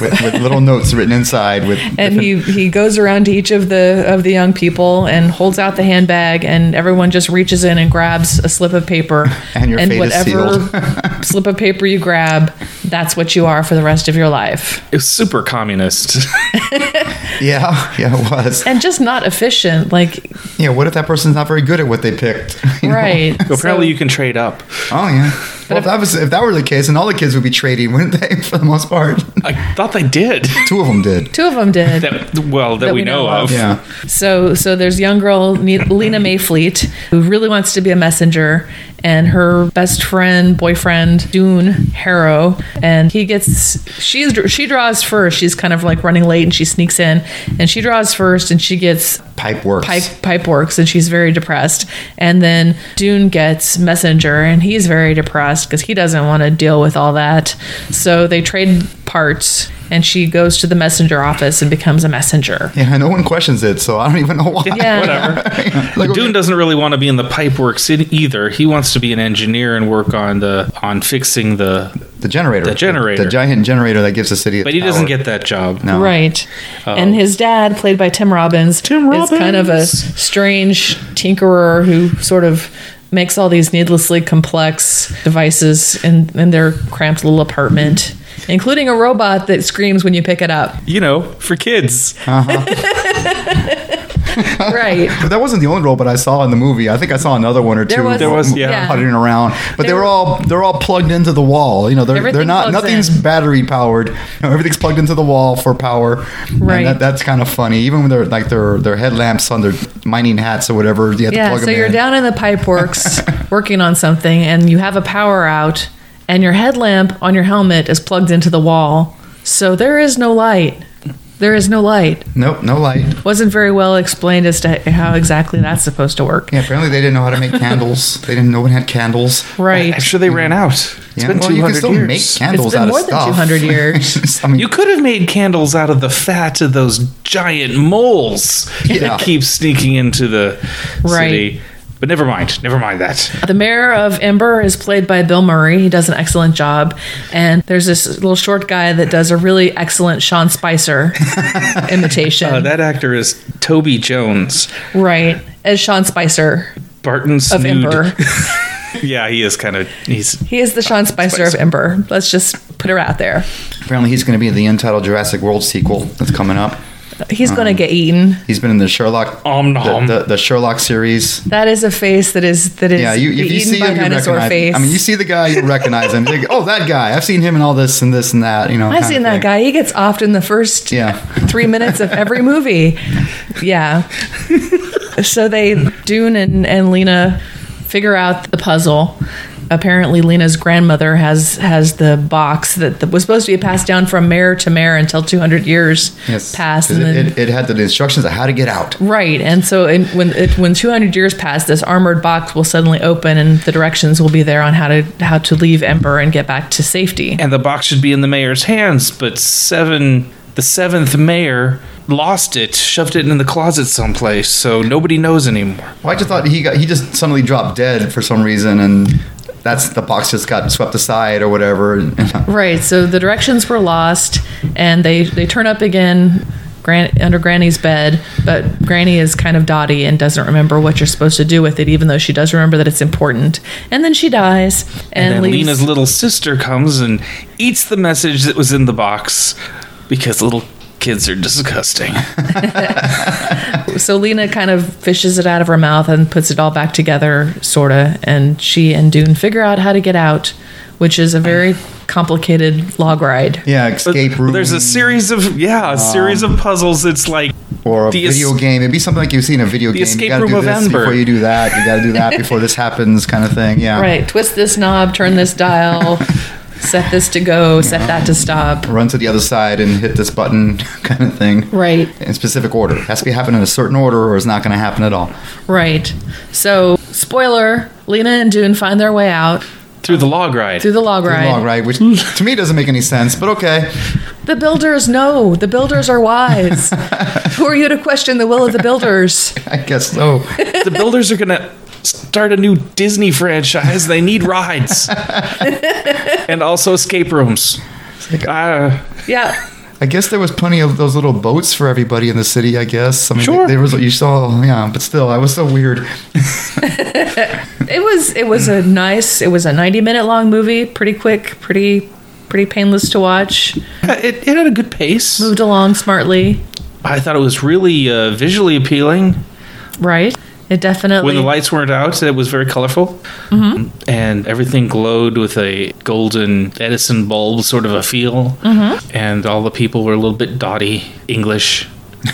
[SPEAKER 2] with, with little notes written inside with
[SPEAKER 4] and he, he goes around to each of the of the young people and holds out the handbag and everyone just reaches in and grabs a slip of paper
[SPEAKER 2] And your fate is
[SPEAKER 4] slip of paper you grab that's what you are for the rest of your life
[SPEAKER 3] It was super communist.
[SPEAKER 2] yeah yeah it was
[SPEAKER 4] and just not efficient like
[SPEAKER 2] yeah what if that person's not very good at what they picked You know?
[SPEAKER 4] right
[SPEAKER 3] Apparently,
[SPEAKER 4] So-
[SPEAKER 3] you can trade up.
[SPEAKER 2] oh yeah well, if, that was if that were the case then all the kids would be trading wouldn't they for the most part
[SPEAKER 3] I thought they did.
[SPEAKER 2] two of them did
[SPEAKER 4] two of them did
[SPEAKER 3] That, well, that, we, know, of.
[SPEAKER 2] yeah
[SPEAKER 4] So, so there's young girl Ne- Lena Mayfleet who really wants to be a messenger, and her best friend, boyfriend Dune Harrow, and he gets she's she draws first. She's kind of like running late, and she sneaks in, and she draws first, and she gets
[SPEAKER 2] pipe works
[SPEAKER 4] pipe pipe works, and she's very depressed. And then Dune gets messenger, and he's very depressed because he doesn't want to deal with all that. So they trade parts. And she goes to the messenger office and becomes a messenger.
[SPEAKER 2] yeah no one questions it so I don't even know why
[SPEAKER 4] Yeah.
[SPEAKER 3] Whatever.
[SPEAKER 2] Like,
[SPEAKER 3] Dune doesn't really want to be in the pipe works in- either. He wants to be an engineer and work on the on fixing the.
[SPEAKER 2] the generator
[SPEAKER 3] The generator.
[SPEAKER 2] the giant generator that gives the city its
[SPEAKER 3] But he doesn't
[SPEAKER 2] power.
[SPEAKER 3] get that job.
[SPEAKER 2] no
[SPEAKER 4] Right. And his dad, played by Tim Robbins,
[SPEAKER 3] Tim
[SPEAKER 4] is kind of a
[SPEAKER 3] Robbins.
[SPEAKER 4] strange tinkerer who sort of makes all these needlessly complex devices in, in their cramped little apartment, including a robot that screams when you pick it up.
[SPEAKER 3] You know, for kids.
[SPEAKER 4] Right.
[SPEAKER 2] But that wasn't the only robot I saw in the movie. I think I saw another one or two.
[SPEAKER 4] There was-
[SPEAKER 3] There was, yeah.
[SPEAKER 2] puttering around. But they
[SPEAKER 4] There-
[SPEAKER 2] were all they're all plugged into the wall. You know, they're they're
[SPEAKER 4] Everything
[SPEAKER 2] not
[SPEAKER 4] plugs
[SPEAKER 2] nothing's
[SPEAKER 4] in.
[SPEAKER 2] battery powered. You know, everything's plugged into the wall for power. And
[SPEAKER 4] Right.
[SPEAKER 2] that, that's kind of funny. Even when they're like their their headlamps on their mining hats or whatever, you have to
[SPEAKER 4] Yeah.
[SPEAKER 2] plug
[SPEAKER 4] So
[SPEAKER 2] them
[SPEAKER 4] you're
[SPEAKER 2] in.
[SPEAKER 4] down in the pipe works working on something and you have a power out and your headlamp on your helmet is plugged into the wall. So there is no light. There is no light.
[SPEAKER 2] Nope, no light.
[SPEAKER 4] wasn't very well explained as to how exactly that's supposed to work.
[SPEAKER 2] Yeah, apparently they didn't know how to make candles. They didn't. No one had candles.
[SPEAKER 3] I'm
[SPEAKER 4] Right.
[SPEAKER 3] sure they ran out. It's
[SPEAKER 2] Yeah,
[SPEAKER 3] been
[SPEAKER 2] well,
[SPEAKER 3] 200
[SPEAKER 2] you can still
[SPEAKER 3] years.
[SPEAKER 2] make candles
[SPEAKER 4] It's been
[SPEAKER 2] out of
[SPEAKER 4] more than
[SPEAKER 2] stuff.
[SPEAKER 4] 200 years.
[SPEAKER 2] I mean,
[SPEAKER 3] You could have made candles out of the fat of those giant moles
[SPEAKER 2] Yeah.
[SPEAKER 3] that keep sneaking into the
[SPEAKER 4] Right.
[SPEAKER 3] city. But never mind. Never mind that.
[SPEAKER 4] The mayor of Ember is played by Bill Murray. He does an excellent job. And there's this little short guy that does a really excellent Sean Spicer imitation.
[SPEAKER 2] Oh,
[SPEAKER 3] Uh, that actor is Toby Jones,
[SPEAKER 4] right. As Sean Spicer
[SPEAKER 3] Barton's
[SPEAKER 4] of
[SPEAKER 3] nude.
[SPEAKER 4] Ember.
[SPEAKER 3] Yeah, he is kind of. He's
[SPEAKER 4] He is the Sean Spicer, of
[SPEAKER 3] Spicer.
[SPEAKER 4] Ember. Let's just put it out there.
[SPEAKER 2] apparently he's going to be in the untitled Jurassic World sequel that's coming up.
[SPEAKER 4] He's
[SPEAKER 2] Um,
[SPEAKER 4] going to get eaten.
[SPEAKER 2] He's been in the Sherlock,
[SPEAKER 3] Om
[SPEAKER 4] Um,
[SPEAKER 3] nom.
[SPEAKER 2] the, the, the Sherlock series.
[SPEAKER 4] That is a face that is that is
[SPEAKER 2] Yeah, you,
[SPEAKER 4] the
[SPEAKER 2] if you
[SPEAKER 4] eaten
[SPEAKER 2] see
[SPEAKER 4] by
[SPEAKER 2] him, you
[SPEAKER 4] dinosaur
[SPEAKER 2] recognize.
[SPEAKER 4] face.
[SPEAKER 2] I mean, you see the guy, you recognize him. You think, oh, that guy. I've seen him in all this and this and that. You know,
[SPEAKER 4] I've
[SPEAKER 2] kinda
[SPEAKER 4] seen that
[SPEAKER 2] thing.
[SPEAKER 4] guy. He gets offed in the first
[SPEAKER 2] Yeah.
[SPEAKER 4] three minutes of every movie. Yeah. so they, Dune and, and Lena, figure out the puzzle. Apparently, Lena's grandmother has has the box that was supposed to be passed down from mare to mare until 200 years
[SPEAKER 2] Yes,
[SPEAKER 4] passed.
[SPEAKER 2] 'cause
[SPEAKER 4] And
[SPEAKER 2] It,
[SPEAKER 4] then,
[SPEAKER 2] it, it had the instructions of how to get out.
[SPEAKER 4] right. And so in, when it, when 200 years pass, this armored box will suddenly open and the directions will be there on how to how to leave Ember and get back to safety.
[SPEAKER 3] and the box should be in the mayor's hands, but seven the seventh mayor lost it, shoved it in the closet someplace, so nobody knows anymore.
[SPEAKER 2] Well, I just thought he got he just suddenly dropped dead for some reason, and that's the box just got swept aside or whatever. And-
[SPEAKER 4] Right. So the directions were lost, and they they turn up again. Gran- under Granny's bed, but Granny is kind of dotty and doesn't remember what you're supposed to do with it, even though she does remember that it's important. And then she dies,
[SPEAKER 3] And,
[SPEAKER 4] and,
[SPEAKER 3] then
[SPEAKER 4] leaves.
[SPEAKER 3] Lena's little sister comes and eats the message that was in the box because little kids are disgusting.
[SPEAKER 4] so Lena kind of fishes it out of her mouth and puts it all back together, sorta. And she and Dune figure out how to get out, which is a very complicated log ride.
[SPEAKER 2] yeah, escape room. Um,
[SPEAKER 3] There's a series of yeah, a series of puzzles. It's like
[SPEAKER 2] or a
[SPEAKER 3] the es-
[SPEAKER 2] video game. It'd be something like you see in a video game.
[SPEAKER 3] escape
[SPEAKER 2] you gotta
[SPEAKER 3] room
[SPEAKER 2] do
[SPEAKER 3] of
[SPEAKER 2] this
[SPEAKER 3] Amber.
[SPEAKER 2] before you do that. You gotta do that before this happens, kind of thing. Yeah.
[SPEAKER 4] Right. Twist this knob, turn this dial, set this to go, set that to stop.
[SPEAKER 2] Run to the other side and hit this button, kind of thing.
[SPEAKER 4] Right.
[SPEAKER 2] In specific order. It has to be happening in a certain order, or it's not going to happen at all.
[SPEAKER 4] Right. So, spoiler Lena and Dune find their way out
[SPEAKER 3] through the log ride.
[SPEAKER 4] through the log ride.
[SPEAKER 2] Long, right? Which to me doesn't make any sense, but okay.
[SPEAKER 4] The builders know. The builders are wise. Who are you to question the will of the builders?
[SPEAKER 2] I guess so.
[SPEAKER 3] the builders are gonna start a new Disney franchise. They need rides and also escape rooms. Uh,
[SPEAKER 4] Yeah.
[SPEAKER 2] I guess there was plenty of those little boats for everybody in the city. I guess. I mean,
[SPEAKER 3] Sure.
[SPEAKER 2] There was you saw, yeah, but still, I was so weird.
[SPEAKER 4] It was it was a nice it was a 90 minute long movie, pretty quick, pretty pretty painless to watch.
[SPEAKER 3] it, it had a good pace.
[SPEAKER 4] Moved along smartly,
[SPEAKER 3] I thought it was really uh, visually appealing.
[SPEAKER 4] right? It definitely
[SPEAKER 3] When the lights weren't out, it was very colorful, Mm-hmm. and everything glowed with a golden Edison bulb sort of a feel. Mm-hmm. And all the people were a little bit dotty English.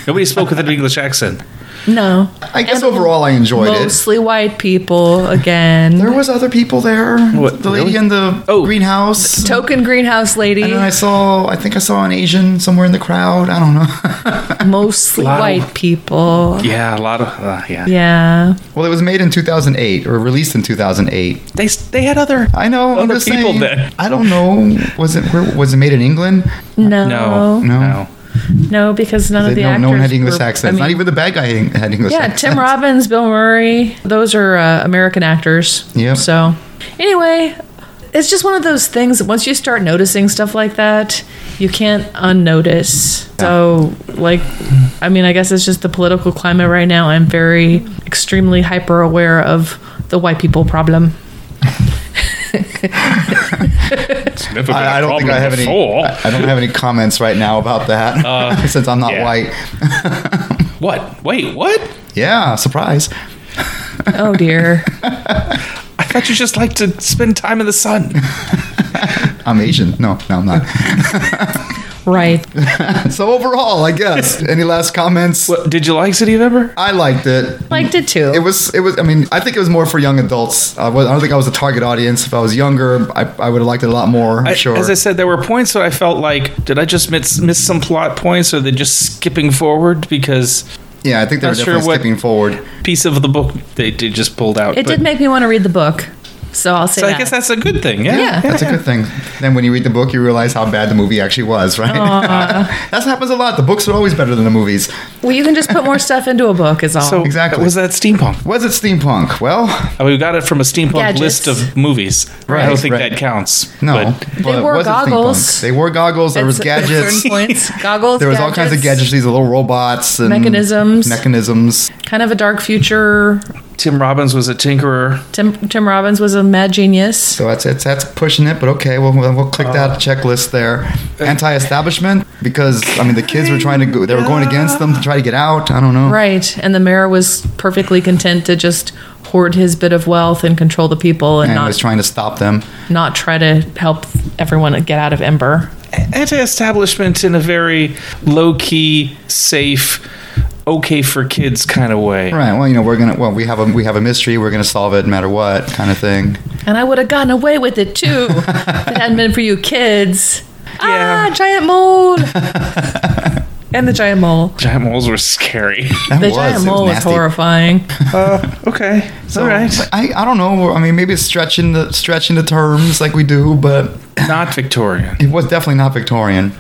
[SPEAKER 3] Nobody spoke with an English accent.
[SPEAKER 4] No.
[SPEAKER 2] I guess overall, I enjoyed it.
[SPEAKER 4] Mostly white people again.
[SPEAKER 2] There was other people there.
[SPEAKER 3] What,
[SPEAKER 2] the lady
[SPEAKER 3] really?
[SPEAKER 2] in the
[SPEAKER 3] Oh.
[SPEAKER 2] greenhouse.
[SPEAKER 4] Token greenhouse
[SPEAKER 2] and
[SPEAKER 4] lady,
[SPEAKER 2] then I saw, I think I saw an Asian somewhere in the crowd. I don't know.
[SPEAKER 4] mostly
[SPEAKER 3] Wow.
[SPEAKER 4] white people.
[SPEAKER 3] Yeah, a lot of uh, yeah.
[SPEAKER 4] Yeah.
[SPEAKER 2] well, it was made in 2008 or released in 2008.
[SPEAKER 3] They s- they had other
[SPEAKER 2] I know. I'm
[SPEAKER 3] Other
[SPEAKER 2] just
[SPEAKER 3] people
[SPEAKER 2] saying.
[SPEAKER 3] then.
[SPEAKER 2] I don't know. Was it where, was it made in England?
[SPEAKER 4] No.
[SPEAKER 3] no
[SPEAKER 4] No,
[SPEAKER 2] No.
[SPEAKER 3] no.
[SPEAKER 4] because none of
[SPEAKER 2] They-
[SPEAKER 4] the
[SPEAKER 2] no,
[SPEAKER 4] actors
[SPEAKER 2] no one had English
[SPEAKER 4] were- I
[SPEAKER 2] accents. Not
[SPEAKER 4] mean-
[SPEAKER 2] even the bad guy had English.
[SPEAKER 4] Yeah,
[SPEAKER 2] accents.
[SPEAKER 4] Tim Robbins, Bill Murray, those are uh, American actors.
[SPEAKER 2] Yep.
[SPEAKER 4] So, anyway, it's just one of those things. that Once you start noticing stuff like that, you can't unnotice. So, like, I mean, I guess it's just the political climate right now. I'm very, extremely hyper aware of the white people problem.
[SPEAKER 3] Never been
[SPEAKER 2] I, I
[SPEAKER 3] a
[SPEAKER 2] don't think
[SPEAKER 3] problem
[SPEAKER 2] I have
[SPEAKER 3] before. Uh,
[SPEAKER 2] any. I don't have any comments right now about that since I'm not
[SPEAKER 3] yeah.
[SPEAKER 2] white.
[SPEAKER 3] What? Wait, what?
[SPEAKER 2] Yeah, surprise.
[SPEAKER 4] Oh dear.
[SPEAKER 3] I thought you just like to spend time in the sun.
[SPEAKER 2] I'm Asian. No, no, I'm not.
[SPEAKER 4] right.
[SPEAKER 2] so overall, I guess. Any last comments?
[SPEAKER 3] What, did you like City of Ember?
[SPEAKER 2] I liked it.
[SPEAKER 4] Liked it too.
[SPEAKER 2] It was. It was. I mean, I think it was more for young adults. I, was, I don't think I was a target audience. If I was younger, I, I would have liked it a lot more. I'm
[SPEAKER 3] I-
[SPEAKER 2] sure.
[SPEAKER 3] As I said, there were points that I felt like, did I just miss, miss some plot points? Or are they just skipping forward because
[SPEAKER 2] yeah, I think they were
[SPEAKER 3] Not sure
[SPEAKER 2] definitely
[SPEAKER 3] what-
[SPEAKER 2] skipping forward.
[SPEAKER 3] piece of the book they, they just pulled out?
[SPEAKER 4] it
[SPEAKER 3] but-
[SPEAKER 4] did make me want to read the book. So I'll say
[SPEAKER 3] So I
[SPEAKER 4] that.
[SPEAKER 3] guess that's a good thing. Yeah.
[SPEAKER 4] Yeah.
[SPEAKER 2] That's a good thing. Then when you read the book, you realize how bad the movie actually was, right? that happens a lot. The books are always better than the movies.
[SPEAKER 4] well, you can just put more stuff into a book. Is all.
[SPEAKER 3] So
[SPEAKER 2] Oh, Exactly.
[SPEAKER 3] was that steampunk?
[SPEAKER 2] Was it steampunk? Well,
[SPEAKER 3] Uh, We got it from a steampunk
[SPEAKER 4] Gadgets.
[SPEAKER 3] list of movies. I
[SPEAKER 2] Right,
[SPEAKER 3] don't think
[SPEAKER 2] right.
[SPEAKER 3] that counts.
[SPEAKER 2] No,
[SPEAKER 3] but-
[SPEAKER 2] but it
[SPEAKER 4] wore
[SPEAKER 2] was a steampunk.
[SPEAKER 4] goggles.
[SPEAKER 2] They wore goggles. There was
[SPEAKER 4] At certain
[SPEAKER 2] gadgets.
[SPEAKER 4] points. Goggles.
[SPEAKER 2] There was all kinds of gadgets. These little robots and
[SPEAKER 4] Mechanisms.
[SPEAKER 2] Mechanisms.
[SPEAKER 4] Kind of a dark future.
[SPEAKER 3] Tim Robbins was a tinkerer.
[SPEAKER 4] Tim Tim Robbins was a mad genius.
[SPEAKER 2] So that's it's, that's pushing it, but okay, we'll we'll we'll click that checklist there. Anti-establishment because I mean the kids were trying to go. They were going against them to try to get out. I don't know.
[SPEAKER 4] Right. And the mayor was perfectly content to just hoard his bit of wealth and control the people and,
[SPEAKER 2] And
[SPEAKER 4] not
[SPEAKER 2] was trying to stop them.
[SPEAKER 4] not try to help everyone get out of Ember.
[SPEAKER 3] anti-establishment in a very low-key, safe, okay for kids kind of way.
[SPEAKER 2] Right. Well, you know we're gonna. Well, we have a we have a mystery. We're gonna solve it no matter what kind of thing.
[SPEAKER 4] And I would have gotten away with it too if it hadn't been for you kids.
[SPEAKER 3] Yeah.
[SPEAKER 4] Ah, giant mole. and the giant mole.
[SPEAKER 3] Giant moles were scary.
[SPEAKER 2] That
[SPEAKER 4] The
[SPEAKER 2] was, it
[SPEAKER 4] giant
[SPEAKER 2] was
[SPEAKER 4] mole was
[SPEAKER 2] nasty.
[SPEAKER 4] horrifying.
[SPEAKER 2] Uh,
[SPEAKER 3] okay, all right.
[SPEAKER 2] But I, I don't know. I mean, maybe it's stretching the stretching the terms like we do, but
[SPEAKER 3] Not Victorian.
[SPEAKER 2] it was definitely not Victorian.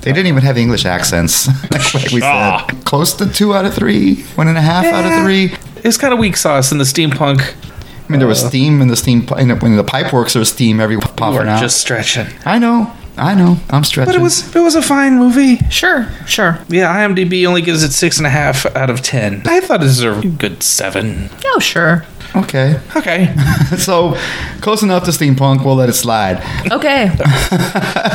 [SPEAKER 2] They didn't even have English accents, like, like we
[SPEAKER 3] Ah.
[SPEAKER 2] said. Close to two out of three, one and a half out of
[SPEAKER 3] Yeah.
[SPEAKER 2] three.
[SPEAKER 3] It's kind of weak sauce in the steampunk.
[SPEAKER 2] I mean, there
[SPEAKER 3] Uh.
[SPEAKER 2] was steam in the steam in the, in the pipe works. There was steam every
[SPEAKER 3] You
[SPEAKER 2] popper
[SPEAKER 3] are
[SPEAKER 2] now.
[SPEAKER 3] just stretching,
[SPEAKER 2] I know, I know, I'm stretching.
[SPEAKER 3] but it was it was a fine movie.
[SPEAKER 4] Sure, sure.
[SPEAKER 3] Yeah, IMDb only gives it six and a half out of ten. I thought it deserved a good seven.
[SPEAKER 4] Oh, sure.
[SPEAKER 2] okay.
[SPEAKER 3] Okay,
[SPEAKER 2] so close enough to steampunk. We'll let it slide,
[SPEAKER 4] Okay.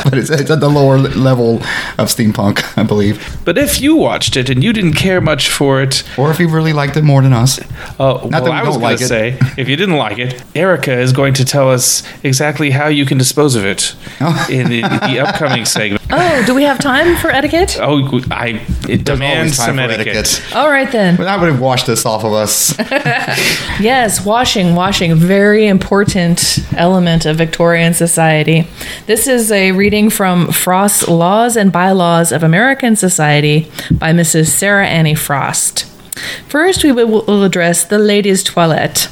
[SPEAKER 2] but it's, it's at the lower level of steampunk, I believe.
[SPEAKER 3] but if you watched it and you didn't care much for it,
[SPEAKER 2] Or if you really liked it more than us,
[SPEAKER 3] Uh, well,
[SPEAKER 2] that we
[SPEAKER 3] I
[SPEAKER 2] don't
[SPEAKER 3] was going
[SPEAKER 2] like
[SPEAKER 3] to
[SPEAKER 2] it.
[SPEAKER 3] say, if you didn't like it, Erica is going to tell us exactly how you can dispose of it
[SPEAKER 2] Oh.
[SPEAKER 3] in the, the upcoming segment.
[SPEAKER 4] Oh, do we have time for etiquette?
[SPEAKER 3] Oh, I it demands
[SPEAKER 2] always time
[SPEAKER 3] some
[SPEAKER 2] for
[SPEAKER 3] etiquette.
[SPEAKER 4] All right then.
[SPEAKER 2] But that would have washed this off of us.
[SPEAKER 4] Yes, washing, washing, very important element of Victorian society. This is a reading from Frost's Laws and Bylaws of American Society by Mrs. Sarah Annie Frost. First, we will will address the ladies' toilette.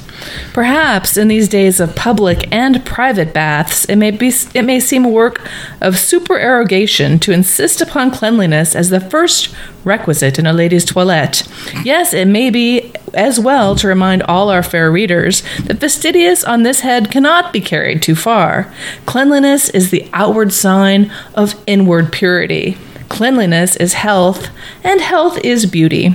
[SPEAKER 4] Perhaps in these days of public and private baths, it may be it may seem a work of supererogation to insist upon cleanliness as the first requisite in a lady's toilette. Yes, it may be as well to remind all our fair readers that fastidious on this head cannot be carried too far. Cleanliness is the outward sign of inward purity. Cleanliness is health, and health is beauty.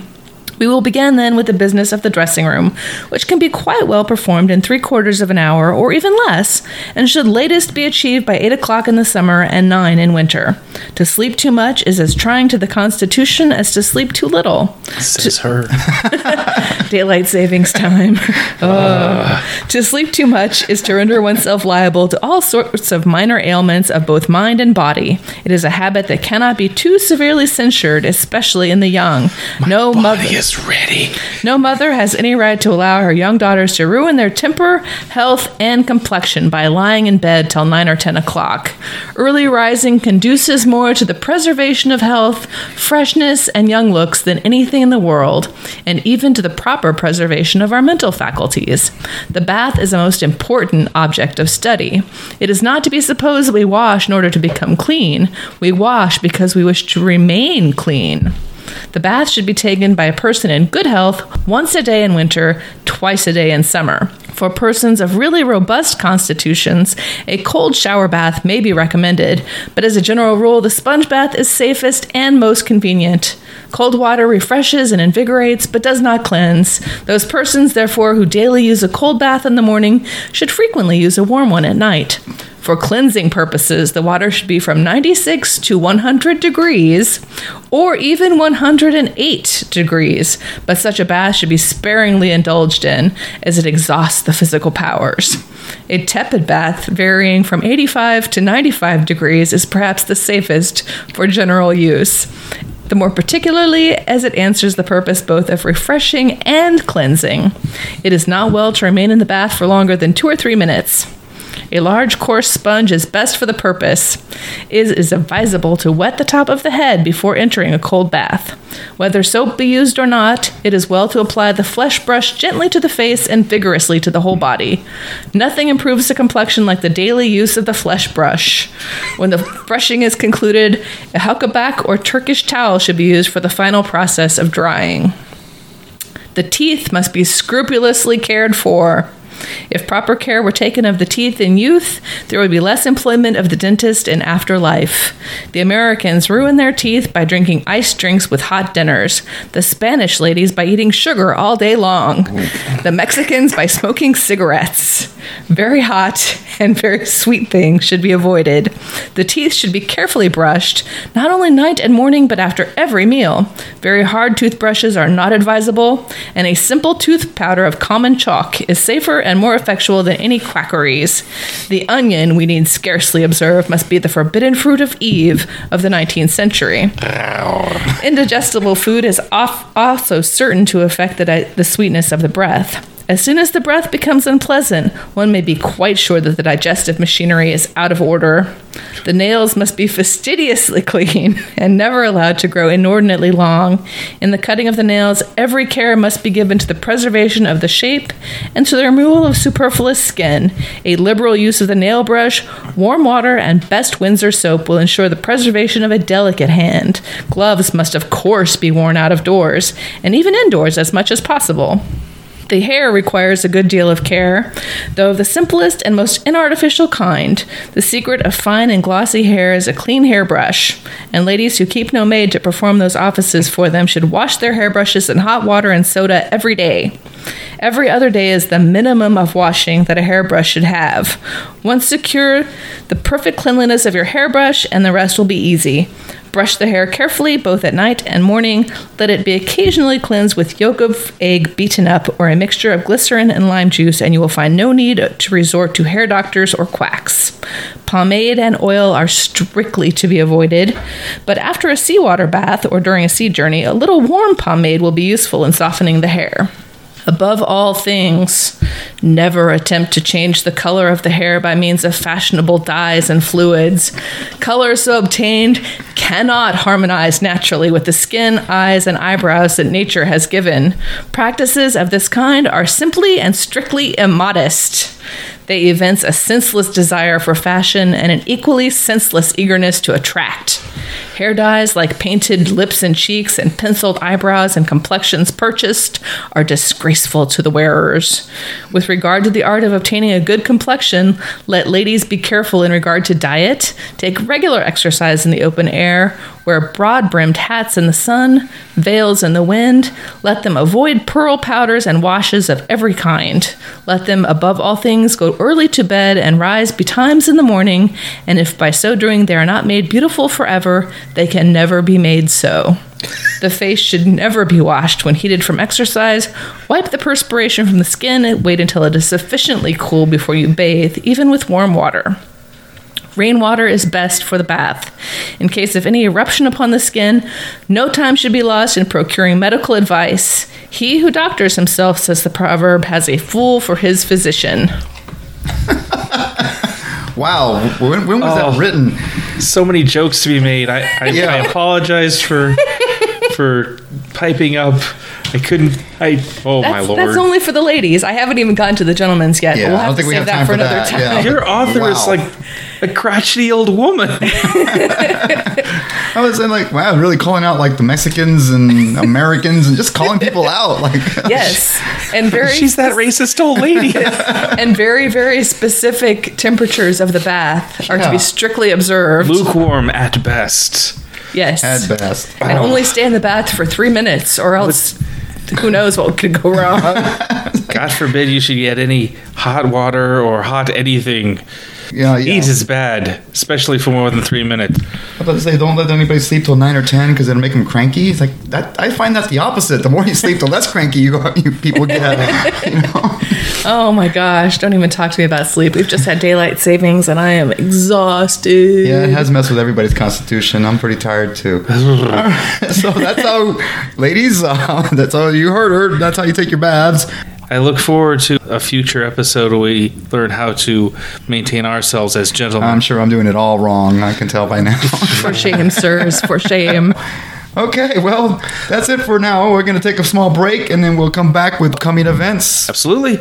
[SPEAKER 4] We will begin then with the business of the dressing room, which can be quite well performed in three quarters of an hour or even less, and should latest be achieved by eight o'clock in the summer and nine in winter. To sleep too much is as trying to the constitution as to sleep too little.
[SPEAKER 3] Says her.
[SPEAKER 4] Daylight savings time. Ugh. To sleep too much is to render oneself liable to all sorts of minor ailments of both mind and body. It is a habit that cannot be too severely censured, especially in the young. no mother.
[SPEAKER 3] Body is ready.
[SPEAKER 4] No mother has any right to allow her young daughters to ruin their temper, health, and complexion by lying in bed till 9 or 10 o'clock. Early rising conduces more to the preservation of health, freshness, and young looks than anything in the world, and even to the proper preservation of our mental faculties. The bath is a most important object of study. It is not to be supposed that we wash in order to become clean, we wash because we wish to remain clean. The bath should be taken by a person in good health once a day in winter, twice a day in summer. For persons of really robust constitutions, a cold shower bath may be recommended, but as a general rule, the sponge bath is safest and most convenient. Cold water refreshes and invigorates, but does not cleanse. Those persons, therefore, who daily use a cold bath in the morning should frequently use a warm one at night. For cleansing purposes, the water should be from 96 to 100 degrees or even 108 degrees, but such a bath should be sparingly indulged in as it exhausts the physical powers. A tepid bath varying from 85 to 95 degrees is perhaps the safest for general use. The more particularly as it answers the purpose both of refreshing and cleansing. It is not well to remain in the bath for longer than two or three minutes. A large coarse sponge is best for the purpose. It is advisable to wet the top of the head before entering a cold bath. Whether soap be used or not, it is well to apply the flesh brush gently to the face and vigorously to the whole body. Nothing improves the complexion like the daily use of the flesh brush. When the brushing is concluded, a huckaback or Turkish towel should be used for the final process of drying. The teeth must be scrupulously cared for. If proper care were taken of the teeth in youth, there would be less employment of the dentist in afterlife. The Americans ruin their teeth by drinking iced drinks with hot dinners, the Spanish ladies by eating sugar all day long, the Mexicans by smoking cigarettes. Very hot and very sweet things should be avoided. The teeth should be carefully brushed, not only night and morning, but after every meal. Very hard toothbrushes are not advisable, and a simple tooth powder of common chalk is safer and more effectual than any quackeries. The onion, we need scarcely observe, must be the forbidden fruit of Eve of the 19th century. Indigestible food is off, also certain to affect the, di- the sweetness of the breath. As soon as the breath becomes unpleasant, one may be quite sure that the digestive machinery is out of order. The nails must be fastidiously clean and never allowed to grow inordinately long. In the cutting of the nails, every care must be given to the preservation of the shape and to the removal of superfluous skin. A liberal use of the nail brush, warm water, and best Windsor soap will ensure the preservation of a delicate hand. Gloves must, of course, be worn out of doors and even indoors as much as possible. The hair requires a good deal of care, though of the simplest and most inartificial kind. The secret of fine and glossy hair is a clean hairbrush, and ladies who keep no maid to perform those offices for them should wash their hairbrushes in hot water and soda every day. Every other day is the minimum of washing that a hairbrush should have. Once secure, the perfect cleanliness of your hairbrush and the rest will be easy. Brush the hair carefully both at night and morning. Let it be occasionally cleansed with yolk of egg beaten up or a mixture of glycerin and lime juice, and you will find no need to resort to hair doctors or quacks. Pomade and oil are strictly to be avoided, but after a seawater bath or during a sea journey, a little warm pomade will be useful in softening the hair. Above all things, never attempt to change the color of the hair by means of fashionable dyes and fluids. Color so obtained cannot harmonize naturally with the skin, eyes, and eyebrows that nature has given. Practices of this kind are simply and strictly immodest. They evince a senseless desire for fashion and an equally senseless eagerness to attract. Hair dyes like painted lips and cheeks and penciled eyebrows and complexions purchased are disgraceful to the wearers. With regard to the art of obtaining a good complexion, let ladies be careful in regard to diet, take regular exercise in the open air, wear broad brimmed hats in the sun, veils in the wind, let them avoid pearl powders and washes of every kind. Let them, above all things, go early to bed and rise betimes in the morning, and if by so doing they are not made beautiful forever, they can never be made so. The face should never be washed when heated from exercise. Wipe the perspiration from the skin and wait until it is sufficiently cool before you bathe, even with warm water. Rainwater is best for the bath. In case of any eruption upon the skin, no time should be lost in procuring medical advice. He who doctors himself, says the proverb, has a fool for his physician.
[SPEAKER 2] Wow, when, when was
[SPEAKER 3] Oh.
[SPEAKER 2] that written?
[SPEAKER 3] so many jokes to be made. I I,
[SPEAKER 2] Yeah.
[SPEAKER 3] I apologize for for piping up. I couldn't. I oh my
[SPEAKER 4] That's,
[SPEAKER 3] lord.
[SPEAKER 4] that's only for the ladies. I haven't even gotten to the gentlemen's yet. but
[SPEAKER 2] Yeah,
[SPEAKER 4] we'll
[SPEAKER 2] I
[SPEAKER 4] have
[SPEAKER 2] don't
[SPEAKER 4] to
[SPEAKER 2] think we have
[SPEAKER 4] save that
[SPEAKER 2] time
[SPEAKER 4] for
[SPEAKER 2] for
[SPEAKER 4] another
[SPEAKER 2] that.
[SPEAKER 4] time.
[SPEAKER 2] Yeah.
[SPEAKER 3] Your author is
[SPEAKER 2] Wow.
[SPEAKER 3] like a crotchety old woman.
[SPEAKER 2] I was saying like, wow, really calling out like the Mexicans and Americans and just calling people out. Like,
[SPEAKER 4] Yes, and very
[SPEAKER 3] She's that racist old lady.
[SPEAKER 4] and very very specific temperatures of the bath are to
[SPEAKER 2] Yeah.
[SPEAKER 4] be strictly observed.
[SPEAKER 3] Lukewarm at best.
[SPEAKER 4] Yes,
[SPEAKER 2] at best.
[SPEAKER 4] and only stay in the bath for three minutes, or else who knows what could go wrong.
[SPEAKER 3] God forbid you should get any hot water or hot anything.
[SPEAKER 2] Yeah, yeah.
[SPEAKER 3] Eat is bad, especially for more than three minutes.
[SPEAKER 2] I was about to say, don't let anybody sleep till nine or ten because it'll make them cranky. It's like that. I find that the opposite. The more you sleep, the less cranky you, go, you people get. You know,
[SPEAKER 4] oh my gosh! Don't even talk to me about sleep. We've just had daylight savings, and I am exhausted.
[SPEAKER 2] yeah, it has messed with everybody's constitution. I'm pretty tired too. All right, so that's how, ladies. Uh, that's how you heard her. That's how you take your baths.
[SPEAKER 3] I look forward to a future episode where we learn how to maintain ourselves as gentlemen.
[SPEAKER 2] I'm sure I'm doing it all wrong. I can tell by now.
[SPEAKER 4] For shame, sirs. For shame.
[SPEAKER 2] okay, well, that's it for now. We're gonna take a small break and then we'll come back with coming events.
[SPEAKER 3] Absolutely.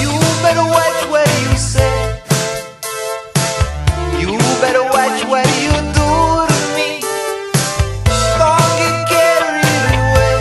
[SPEAKER 5] You better watch what you say. You better watch what you do to me. Don't get carried away.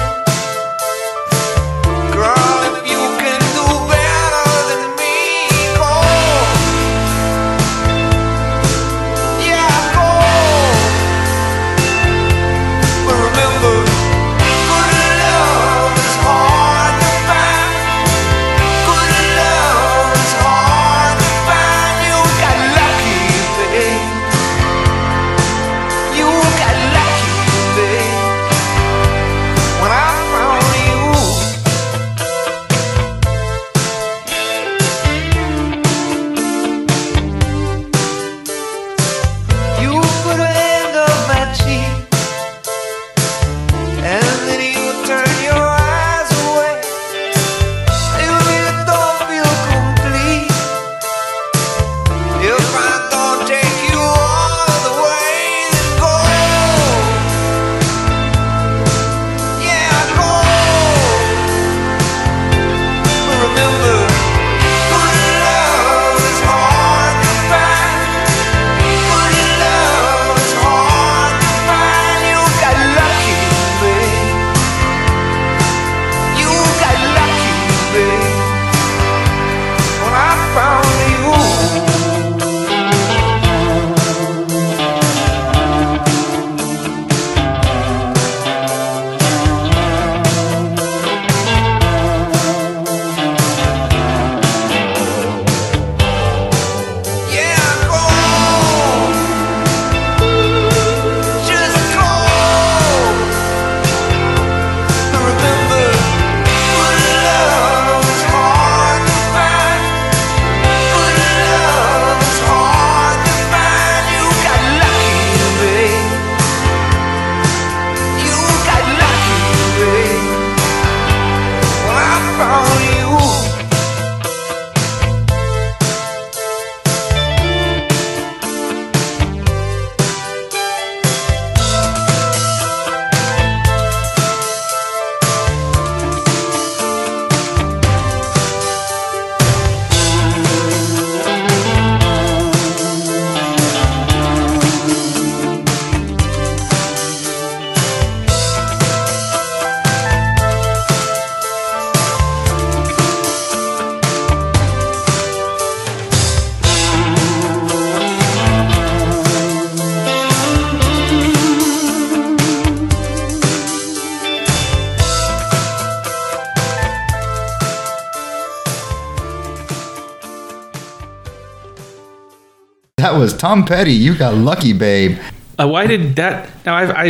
[SPEAKER 2] That was Tom Petty. You got lucky, babe.
[SPEAKER 3] Uh, why did that? Now I, I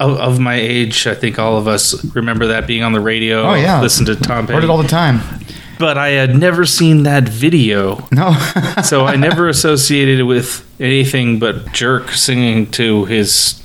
[SPEAKER 3] of, of my age, I think all of us remember that being on the radio.
[SPEAKER 2] Oh, yeah.
[SPEAKER 3] listen to Tom
[SPEAKER 2] Heard
[SPEAKER 3] Petty.
[SPEAKER 2] it all the time.
[SPEAKER 3] but I had never seen that video,
[SPEAKER 2] No.
[SPEAKER 3] so I never associated it with anything but Jerk singing to his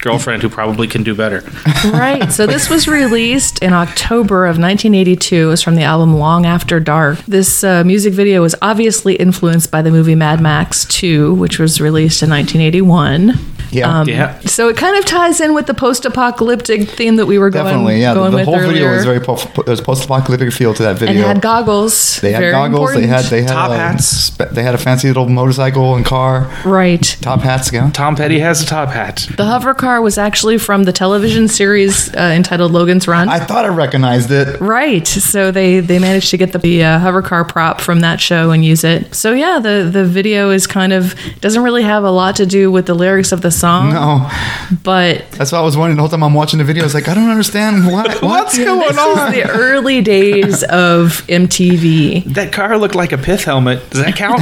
[SPEAKER 3] girlfriend, who probably can do better.
[SPEAKER 4] Right. So this was released in October of 1982. It was from the album Long After Dark. This uh, music video was obviously influenced by the movie Mad Max 2, which was released in 1981.
[SPEAKER 2] yeah.
[SPEAKER 3] Yeah,
[SPEAKER 4] Um, So it kind of ties in with the post-apocalyptic theme that we were going,
[SPEAKER 2] Definitely. Yeah. The,
[SPEAKER 4] going
[SPEAKER 2] the
[SPEAKER 4] with
[SPEAKER 2] whole
[SPEAKER 4] earlier.
[SPEAKER 2] video was very po- po- there's post-apocalyptic feel to that video.
[SPEAKER 4] and had goggles.
[SPEAKER 2] they had
[SPEAKER 4] Very
[SPEAKER 2] goggles. They had
[SPEAKER 4] important.
[SPEAKER 2] they had
[SPEAKER 3] Top
[SPEAKER 2] uh,
[SPEAKER 3] hats.
[SPEAKER 2] spe- they had a fancy little motorcycle and car.
[SPEAKER 4] right.
[SPEAKER 2] Top hats. Yeah.
[SPEAKER 3] Tom Petty has a top hat.
[SPEAKER 4] The hover car was actually from the television series uh, entitled Logan's Run.
[SPEAKER 2] I thought I recognized it.
[SPEAKER 4] Right. So they they managed to get the, the uh, hover car prop from that show and use it. So yeah, the the video is kind of doesn't really have a lot to do with the lyrics of the song,
[SPEAKER 2] No.
[SPEAKER 4] but
[SPEAKER 2] Oh, That's what I was wondering the whole time I'm watching the video. I was like, I don't understand what, what's going
[SPEAKER 4] this is
[SPEAKER 2] on.
[SPEAKER 4] the early days of MTV.
[SPEAKER 3] That car looked like a pith helmet. Does that count?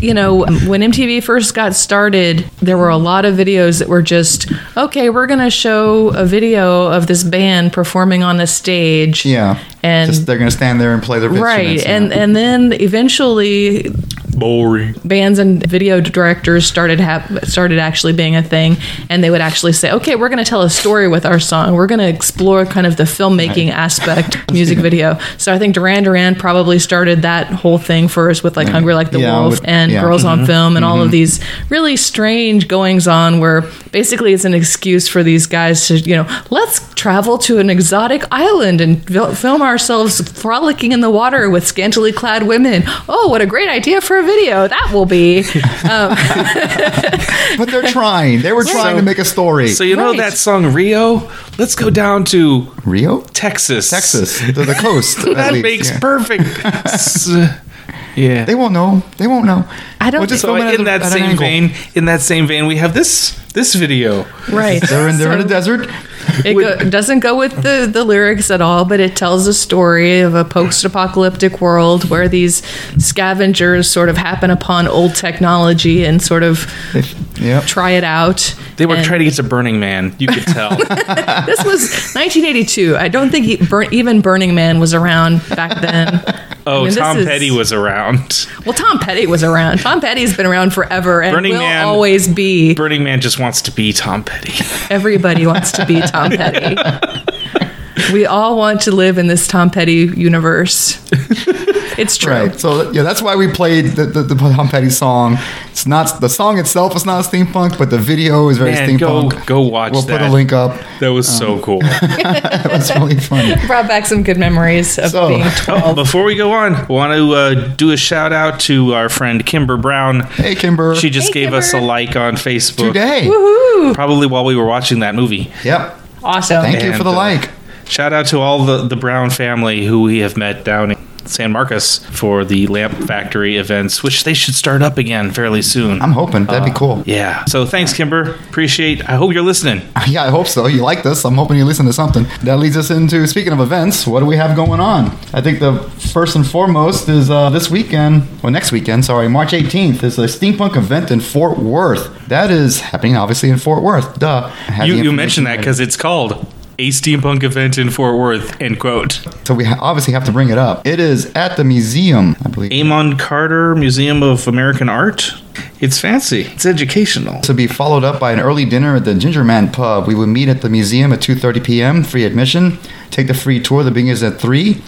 [SPEAKER 4] You know, when MTV first got started, there were a lot of videos that were just, okay, we're going to show a video of this band performing on a stage.
[SPEAKER 2] Yeah.
[SPEAKER 4] And
[SPEAKER 2] Just they're gonna stand there and play their
[SPEAKER 4] right.
[SPEAKER 2] instruments, yeah.
[SPEAKER 4] And and then eventually
[SPEAKER 3] Boring.
[SPEAKER 4] bands and video directors started hap- started actually being a thing and they would actually say okay we're going to tell a story with our song we're going to explore kind of the filmmaking aspect of music video so i think duran duran probably started that whole thing first with like hungry like the
[SPEAKER 2] Yeah,
[SPEAKER 4] wolf
[SPEAKER 2] with-
[SPEAKER 4] and
[SPEAKER 2] yeah.
[SPEAKER 4] girls on film and all
[SPEAKER 2] Mm-hmm.
[SPEAKER 4] of these really strange goings on where basically it's an excuse for these guys to you know let's travel to an exotic island and vil- film ourselves frolicking in the water with scantily clad women oh what a great idea for a video that will be
[SPEAKER 2] but they're trying. They were trying to make a story.
[SPEAKER 3] So you know
[SPEAKER 4] Right.
[SPEAKER 3] that song Rio? Let's go down to
[SPEAKER 2] Rio,
[SPEAKER 3] Texas.
[SPEAKER 2] Texas, to the coast. at
[SPEAKER 3] That
[SPEAKER 2] least,
[SPEAKER 3] makes
[SPEAKER 2] yeah.
[SPEAKER 3] perfect. S- yeah.
[SPEAKER 2] They won't know. They won't know.
[SPEAKER 4] I don't
[SPEAKER 2] We'll just
[SPEAKER 3] so
[SPEAKER 2] film it at
[SPEAKER 3] in
[SPEAKER 2] a-
[SPEAKER 3] that
[SPEAKER 2] at an
[SPEAKER 3] same
[SPEAKER 2] angle.
[SPEAKER 3] vein, in that same vein, we have this this video.
[SPEAKER 4] right
[SPEAKER 2] They're in, they're in a desert.
[SPEAKER 4] It go- doesn't go with the, the lyrics at all, but it tells a story of a post apocalyptic world where these scavengers sort of happen upon old technology and sort of
[SPEAKER 2] Yep.
[SPEAKER 4] try it out.
[SPEAKER 3] They were
[SPEAKER 4] And
[SPEAKER 3] trying to get to Burning Man. You could tell.
[SPEAKER 4] This was 1982. I don't think he, Burn, even Burning Man was around back then.
[SPEAKER 3] Oh,
[SPEAKER 4] I mean, this
[SPEAKER 3] Tom
[SPEAKER 4] is-
[SPEAKER 3] Petty was around.
[SPEAKER 4] Well, Tom Petty was around. Tom Petty's been around forever and
[SPEAKER 3] Burning
[SPEAKER 4] will
[SPEAKER 3] Man-
[SPEAKER 4] always be.
[SPEAKER 3] Burning Man just wants to be Tom Petty.
[SPEAKER 4] Everybody wants to be Tom Petty. We all want to live in this Tom Petty universe. It's true.
[SPEAKER 2] Right. So yeah, that's why we played the, the, the Tom Petty song. It's not the song itself is not steampunk, but the video is very
[SPEAKER 3] Man, go
[SPEAKER 2] steampunk.
[SPEAKER 3] go watch
[SPEAKER 2] We'll
[SPEAKER 3] that.
[SPEAKER 2] put a link up.
[SPEAKER 3] That was
[SPEAKER 2] Oh.
[SPEAKER 3] so cool.
[SPEAKER 2] That was really funny.
[SPEAKER 4] brought back some good memories of
[SPEAKER 2] So-
[SPEAKER 4] being 12.
[SPEAKER 3] Oh, before we go on, want to uh, do a shout out to our friend Kimber Brown.
[SPEAKER 2] Hey, Kimber.
[SPEAKER 3] She just
[SPEAKER 4] Hey,
[SPEAKER 3] gave us a
[SPEAKER 4] Kimber.
[SPEAKER 3] like on Facebook
[SPEAKER 2] today.
[SPEAKER 4] Woohoo!
[SPEAKER 3] probably while we were watching that movie.
[SPEAKER 2] Yep.
[SPEAKER 4] Awesome.
[SPEAKER 2] Thank you
[SPEAKER 3] And,
[SPEAKER 2] for the
[SPEAKER 3] uh,
[SPEAKER 2] like.
[SPEAKER 3] Shout out to all the, the Brown family who we have met down in San Marcos for the Lamp Factory events, which they should start up again fairly soon.
[SPEAKER 2] I'm hoping that'd be cool.
[SPEAKER 3] Uh, yeah. So thanks, Kimber. Appreciate. I hope you're listening.
[SPEAKER 2] Yeah, I hope so. You like this. I'm hoping you listen to something. That leads us into speaking of events, what do we have going on? I think the first and foremost is uh, this weekend, well, next weekend, sorry, March 18th is a steampunk event in Fort Worth. That is happening, obviously, in Fort Worth. Duh. I had
[SPEAKER 3] You,
[SPEAKER 2] the
[SPEAKER 3] you
[SPEAKER 2] information
[SPEAKER 3] mentioned that
[SPEAKER 2] already.
[SPEAKER 3] because it's called a steampunk event in Fort Worth. End quote.
[SPEAKER 2] So we ha- obviously have to bring it up. It is at the museum, I believe.
[SPEAKER 3] Amon Carter Museum of American Art. It's fancy. It's educational.
[SPEAKER 2] to be followed up by an early dinner at the Ginger Man Pub. We would meet at the museum at 2:30 p.m. Free admission. Take the free tour. The beginning is at three.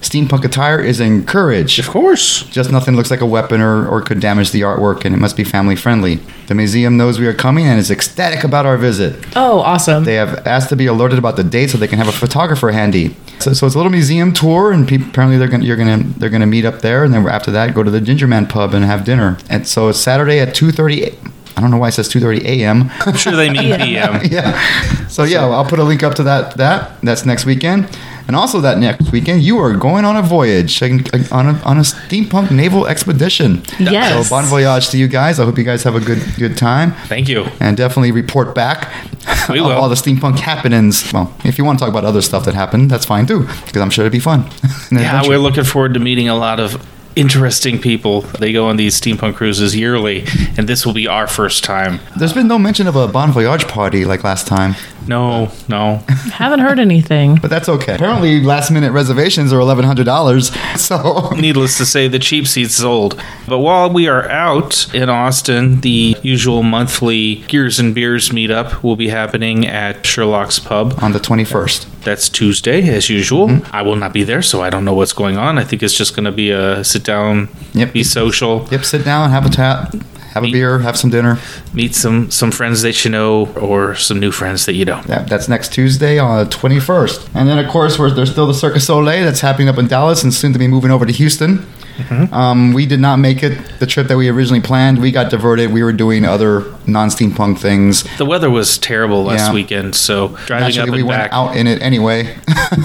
[SPEAKER 2] Steampunk attire is encouraged.
[SPEAKER 3] Of course.
[SPEAKER 2] Just nothing looks like a weapon or, or could damage the artwork, and it must be family friendly. The museum knows we are coming and is ecstatic about our visit.
[SPEAKER 4] Oh, awesome.
[SPEAKER 2] They have asked to be alerted about the date so they can have a photographer handy. So, so it's a little museum tour, and peop apparently they're gonna, you're gonna they're gonna meet up there, and then after that go to the Ginger Man Pub and have dinner. And so it's Saturday at 2:30. I don't know why it says 2:30 a.m.
[SPEAKER 3] I'm sure they mean PM.
[SPEAKER 2] yeah. So yeah, I'll put a link up to that. That that's next weekend, and also that next weekend you are going on a voyage on a, on a steampunk naval expedition.
[SPEAKER 4] Yes.
[SPEAKER 2] So bon voyage to you guys. I hope you guys have a good good time,
[SPEAKER 3] Thank you.
[SPEAKER 2] and definitely report back
[SPEAKER 3] We
[SPEAKER 2] of
[SPEAKER 3] will.
[SPEAKER 2] all the steampunk happenings. Well, if you want to talk about other stuff that happened, that's fine too, because I'm sure it'd be fun. An
[SPEAKER 3] Yeah,
[SPEAKER 2] adventure.
[SPEAKER 3] we're looking forward to meeting a lot of interesting people. They go on these steampunk cruises yearly, and this will be our first time.
[SPEAKER 2] There's been no mention of a bon voyage party like last time,
[SPEAKER 3] No, no.
[SPEAKER 4] Haven't heard anything.
[SPEAKER 2] but that's okay. Apparently, last minute reservations are eleven hundred dollars. So
[SPEAKER 3] Needless to say, the cheap seats sold. But while we are out in Austin, the usual monthly Gears and Beers meetup will be happening at Sherlock's Pub.
[SPEAKER 2] on the twenty first,
[SPEAKER 3] That's Tuesday, as usual.
[SPEAKER 2] Mm-hmm.
[SPEAKER 3] I will not be there, so I don't know what's going on. I think it's just going to be a sit down,
[SPEAKER 2] Yep.
[SPEAKER 3] be social,
[SPEAKER 2] yep. Sit down, have a tap, have a beer, have some dinner.
[SPEAKER 3] meet some some friends that you know or some new friends that you don't.
[SPEAKER 2] That, that's next Tuesday on the 21st. And then, of course, we're, there's still the Circus Soleil that's happening up in Dallas and soon to be moving over to Houston.
[SPEAKER 3] Mm-hmm.
[SPEAKER 2] Um, we did not make it the trip that we originally planned. We got diverted. We were doing other non steampunk things.
[SPEAKER 3] The weather was terrible last
[SPEAKER 2] Yeah.
[SPEAKER 3] weekend, so driving
[SPEAKER 2] Actually,
[SPEAKER 3] up
[SPEAKER 2] we
[SPEAKER 3] and
[SPEAKER 2] went
[SPEAKER 3] back.
[SPEAKER 2] out in it anyway.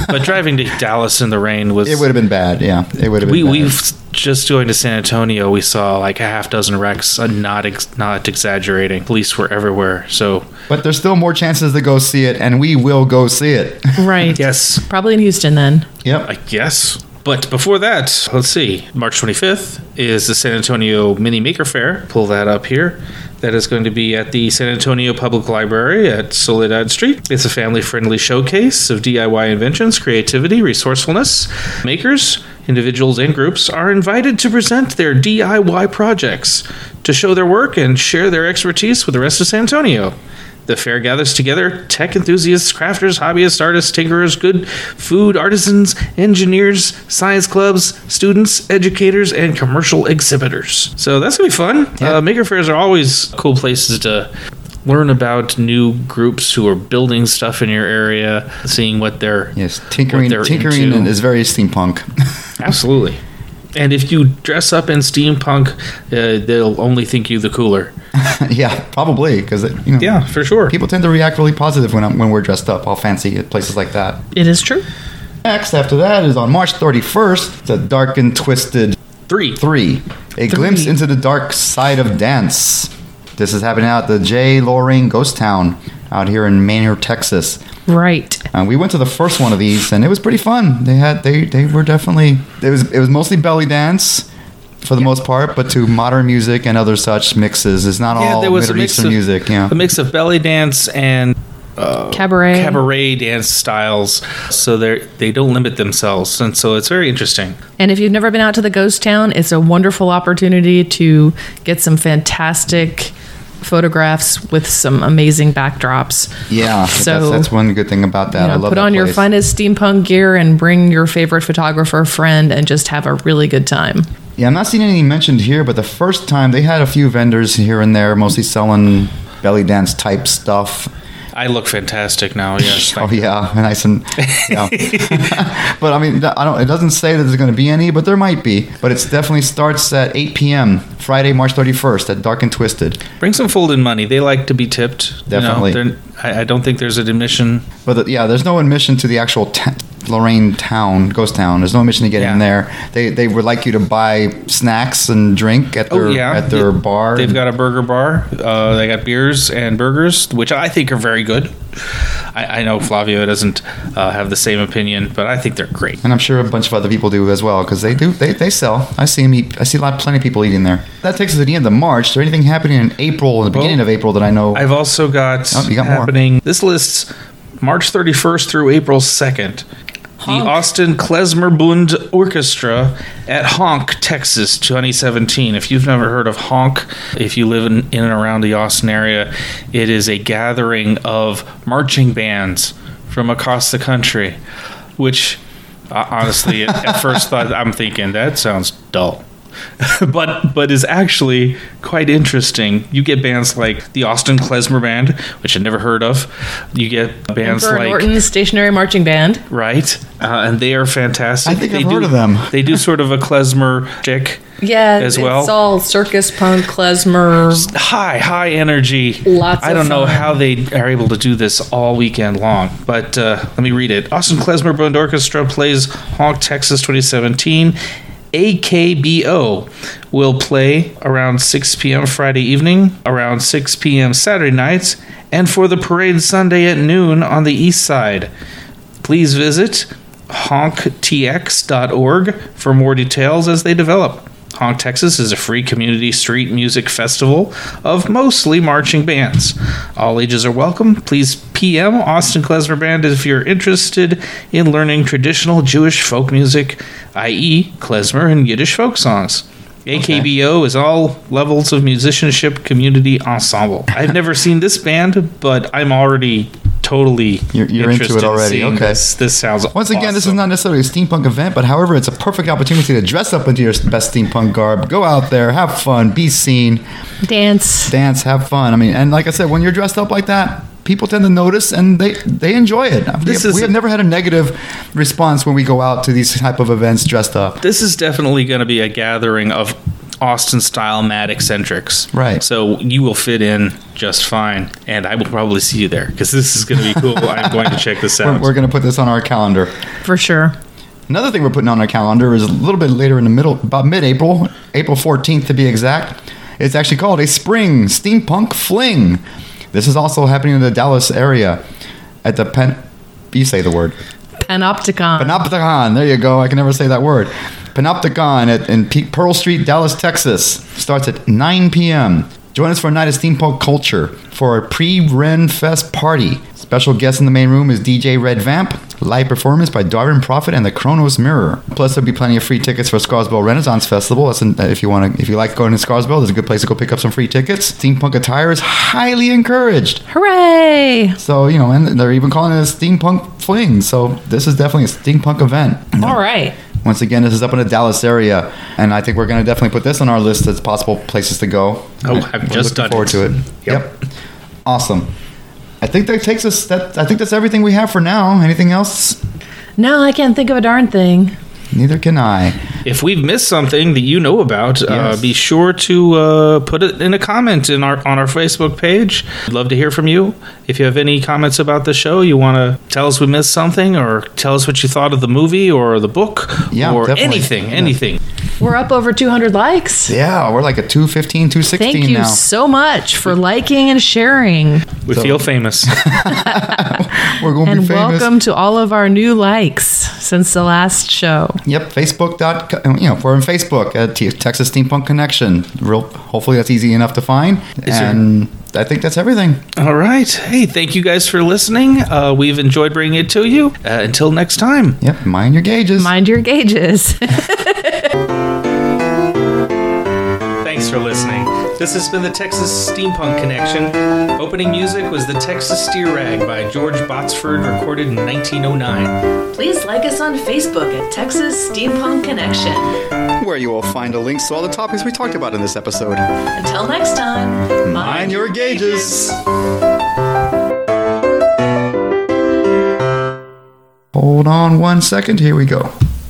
[SPEAKER 3] but driving to Dallas in the rain was
[SPEAKER 2] it would have been bad. Yeah, it would have
[SPEAKER 3] we
[SPEAKER 2] been bad.
[SPEAKER 3] we've just going to San Antonio. We saw like a half dozen wrecks. I'm not ex- not exaggerating. Police were everywhere. So
[SPEAKER 2] But there's still more chances to go see it, and we will go see it.
[SPEAKER 4] Right.
[SPEAKER 3] yes,
[SPEAKER 4] Probably in Houston then.
[SPEAKER 2] yep.
[SPEAKER 3] I guess. But before that, let's see. March 25th is the San Antonio Mini Maker Fair. Pull that up here. That is going to be at the San Antonio Public Library at Soledad Street. It's a family friendly showcase of DIY inventions, creativity, resourcefulness. Makers, individuals, and groups are invited to present their DIY projects, to show their work, and share their expertise with the rest of San Antonio. The fair gathers together tech enthusiasts, crafters, hobbyists, artists, tinkerers, good food artisans, engineers, science clubs, students, educators, and commercial exhibitors. So that's gonna be fun.
[SPEAKER 2] Yeah.
[SPEAKER 3] Uh, maker fairs are always cool places to learn about new groups who are building stuff in your area, seeing what they're
[SPEAKER 2] Yes, tinkering,
[SPEAKER 3] they're
[SPEAKER 2] tinkering
[SPEAKER 3] into.
[SPEAKER 2] is very steampunk.
[SPEAKER 3] absolutely. And if you dress up in steampunk, uh, they'll only think you the cooler.
[SPEAKER 2] yeah, probably because you know,
[SPEAKER 3] for sure.
[SPEAKER 2] people tend to react really positive when I'm, when we're dressed up all fancy at places like that.
[SPEAKER 4] It is true.
[SPEAKER 2] Next, after that, is on March 31st, The Dark and Twisted
[SPEAKER 3] Three.
[SPEAKER 2] 3, A Glimpse into the Dark Side of Dance. This is happening out at the J. Loring Ghost Town out here in Manor, Texas.
[SPEAKER 4] Right.
[SPEAKER 2] Uh, we went to the first one of these, and it was pretty fun. They had they they were definitely it was it was mostly belly dance for the most part, but to modern music and other such mixes. It's not all Middle Eastern
[SPEAKER 3] of
[SPEAKER 2] music. Yeah,
[SPEAKER 3] a mix of belly dance and
[SPEAKER 4] Cabaret.
[SPEAKER 3] Oh, cabaret dance styles. So they they don't limit themselves, and so it's very interesting.
[SPEAKER 4] And if you've never been out to the ghost town, it's a wonderful opportunity to get some fantastic photographs with some amazing backdrops.
[SPEAKER 2] yeah.
[SPEAKER 4] So-
[SPEAKER 2] that's, that's one good thing about that.
[SPEAKER 4] You know,
[SPEAKER 2] I love
[SPEAKER 4] put
[SPEAKER 2] that
[SPEAKER 4] on your
[SPEAKER 2] place.
[SPEAKER 4] finest steampunk gear and bring your favorite photographer friend and just have a really good time.
[SPEAKER 2] Yeah, I'm not seeing anything mentioned here, but the first time they had a few vendors here and there, mostly selling belly dance type stuff.
[SPEAKER 3] I look fantastic now. Yes,
[SPEAKER 2] Oh yeah, nice and yeah. but I mean, th- I don't. It doesn't say that there's going to be any, but there might be. But it's definitely starts at 8 p.m. Friday, March 31st at Dark and Twisted.
[SPEAKER 3] bring some folded money. They like to be tipped. you know.
[SPEAKER 2] Definitely.
[SPEAKER 3] They're- I, I don't think there's an admission.
[SPEAKER 2] But the, yeah, there's no admission to the actual ta- Lorraine town, ghost town. There's no admission to get in there.
[SPEAKER 3] Yeah.
[SPEAKER 2] They they would like you to buy snacks and drink at their
[SPEAKER 3] Oh yeah,
[SPEAKER 2] at their
[SPEAKER 3] They-
[SPEAKER 2] bar.
[SPEAKER 3] They've got a burger bar. Uh, they got beers and burgers, which I think are very good. I, I know Flavio doesn't uh, have the same opinion, but I think they're great.
[SPEAKER 2] and I'm sure a bunch of other people do as well because they do they, they sell. I see 'em eat. I see a lot plenty of people eating there. That takes us to the end of March. Is there anything happening in April, the beginning of April that I know?
[SPEAKER 3] I've also got,
[SPEAKER 2] Oh, you got more.
[SPEAKER 3] happening. This lists March 31st through April 2nd. The Austin Klezmerbund Orchestra at Honk, Texas, 2017. If you've never heard of Honk, if you live in, in and around the Austin area, it is a gathering of marching bands from across the country, which uh, honestly, at, at first thought, I'm thinking that sounds dull, but but is actually quite interesting. You get bands like the Austin Klezmer Band, which I never heard of. You get bands
[SPEAKER 4] Emperor
[SPEAKER 3] like
[SPEAKER 4] Norton's Stationary Marching Band.
[SPEAKER 3] right, uh, and they are fantastic.
[SPEAKER 2] I think
[SPEAKER 3] they
[SPEAKER 2] I've heard of them.
[SPEAKER 3] They do sort of a klezmer chick.
[SPEAKER 4] Yeah,
[SPEAKER 3] As well.
[SPEAKER 4] it's all circus punk, klezmer.
[SPEAKER 3] high, high energy.
[SPEAKER 4] Um, Lots
[SPEAKER 3] I
[SPEAKER 4] of
[SPEAKER 3] don't know
[SPEAKER 4] fun.
[SPEAKER 3] how they are able to do this all weekend long, but uh, let me read it. Austin Klezmer Band Orchestra plays Honk Texas 2017. AKBO will play around 6 p.m. Friday evening, around 6 p.m. Saturday nights, and for the parade Sunday at noon on the east side. Please visit honktx.org for more details as they develop. Honk Texas is a free community street music festival of mostly marching bands. All ages are welcome. Please PM Austin Klezmer Band if you're interested in learning traditional Jewish folk music, i.e., klezmer and Yiddish folk songs. AKBO is all levels of musicianship community ensemble. I've never seen this band, but I'm already totally
[SPEAKER 2] You're- you're into it
[SPEAKER 3] interested in
[SPEAKER 2] already,
[SPEAKER 3] seeing
[SPEAKER 2] okay.
[SPEAKER 3] This, this sounds
[SPEAKER 2] Once again, this is
[SPEAKER 3] awesome.
[SPEAKER 2] not necessarily a steampunk event, but however, it's a perfect opportunity to dress up into your best steampunk garb. Go out there, have fun, be seen,
[SPEAKER 4] Dance.
[SPEAKER 2] dance, have fun. I mean, and like I said, when you're dressed up like that, people tend to notice and they they enjoy it.
[SPEAKER 3] This
[SPEAKER 2] we,
[SPEAKER 3] is-
[SPEAKER 2] we have never had a negative response when we go out to these type of events dressed up.
[SPEAKER 3] this is definitely going to be a gathering of Austin style mad eccentrics.
[SPEAKER 2] Right.
[SPEAKER 3] So you will fit in just fine, and I will probably see you there because this is going to be cool. I'm going to check this
[SPEAKER 2] We're,
[SPEAKER 3] out.
[SPEAKER 2] we're going to put this on our calendar.
[SPEAKER 4] For sure.
[SPEAKER 2] Another thing we're putting on our calendar is a little bit later in the middle, about mid-April, April 14th to be exact. It's actually called a spring steampunk fling. This is also happening in the Dallas area at the Pen. You say the word.
[SPEAKER 4] Panopticon.
[SPEAKER 2] Panopticon. There you go. I can never say that word. Panopticon at, in Pe- Pearl Street, Dallas, Texas. Starts at 9 p.m. Join us for a night of steampunk culture for a pre-Ren Fest party. Special guest in the main room is DJ Red Vamp. Live performance by Darwin Prophet and the Kronos Mirror. Plus, there'll be plenty of free tickets for Scarsdale Renaissance Festival. That's in, if you want to, if you like going to Scarsdale, there's a good place to go pick up some free tickets. Steampunk attire is highly encouraged.
[SPEAKER 4] Hooray!
[SPEAKER 2] So you know, and they're even calling it a steampunk fling. So this is definitely a steampunk event.
[SPEAKER 4] All right.
[SPEAKER 2] Once again, this is up in the Dallas area, and I think we're going to definitely put this on our list as possible places to go.
[SPEAKER 3] Oh, I've
[SPEAKER 2] We're
[SPEAKER 3] just done
[SPEAKER 2] looking forward
[SPEAKER 3] it.
[SPEAKER 2] to it. Yep. Awesome. I think that takes us. That I think that's everything we have for now. Anything else?
[SPEAKER 4] No, I can't think of a darn thing.
[SPEAKER 2] Neither can I.
[SPEAKER 3] If we've missed something that you know about,
[SPEAKER 2] Yes.
[SPEAKER 3] uh, be sure to uh, put it in a comment in our on our Facebook page. We'd love to hear from you. If you have any comments about the show, you want to tell us we missed something, or tell us what you thought of the movie or the book,
[SPEAKER 2] Yeah,
[SPEAKER 3] or
[SPEAKER 2] definitely.
[SPEAKER 3] anything,
[SPEAKER 2] Yeah.
[SPEAKER 3] anything.
[SPEAKER 4] We're up over 200 likes.
[SPEAKER 2] Yeah, we're like a 215, 216
[SPEAKER 4] Thank you
[SPEAKER 2] now.
[SPEAKER 4] so much for liking and sharing.
[SPEAKER 3] We
[SPEAKER 2] So-
[SPEAKER 3] feel famous.
[SPEAKER 2] We're going to be
[SPEAKER 4] And
[SPEAKER 2] famous.
[SPEAKER 4] welcome to all of our new likes since the last show.
[SPEAKER 2] Yep, Facebook dot co- uh, You know, we're on Facebook at T- Texas Steampunk Connection. Real, hopefully that's easy enough to find.
[SPEAKER 3] sir.
[SPEAKER 2] and I think that's everything.
[SPEAKER 3] All right. Hey, thank you guys for listening. Uh, we've enjoyed bringing it to you. Uh, until next time.
[SPEAKER 2] Yep, mind your gauges.
[SPEAKER 4] Mind your gauges.
[SPEAKER 3] Thanks for listening. This has been the Texas Steampunk Connection. Opening music was the Texas Steer Rag by George Botsford, recorded in 1909.
[SPEAKER 1] Please like us on Facebook at Texas Steampunk Connection.
[SPEAKER 2] where you will find a link to all the topics we talked about in this episode.
[SPEAKER 1] Until next time, mind,
[SPEAKER 2] Mind your gauges. Hold on one second. Here we go.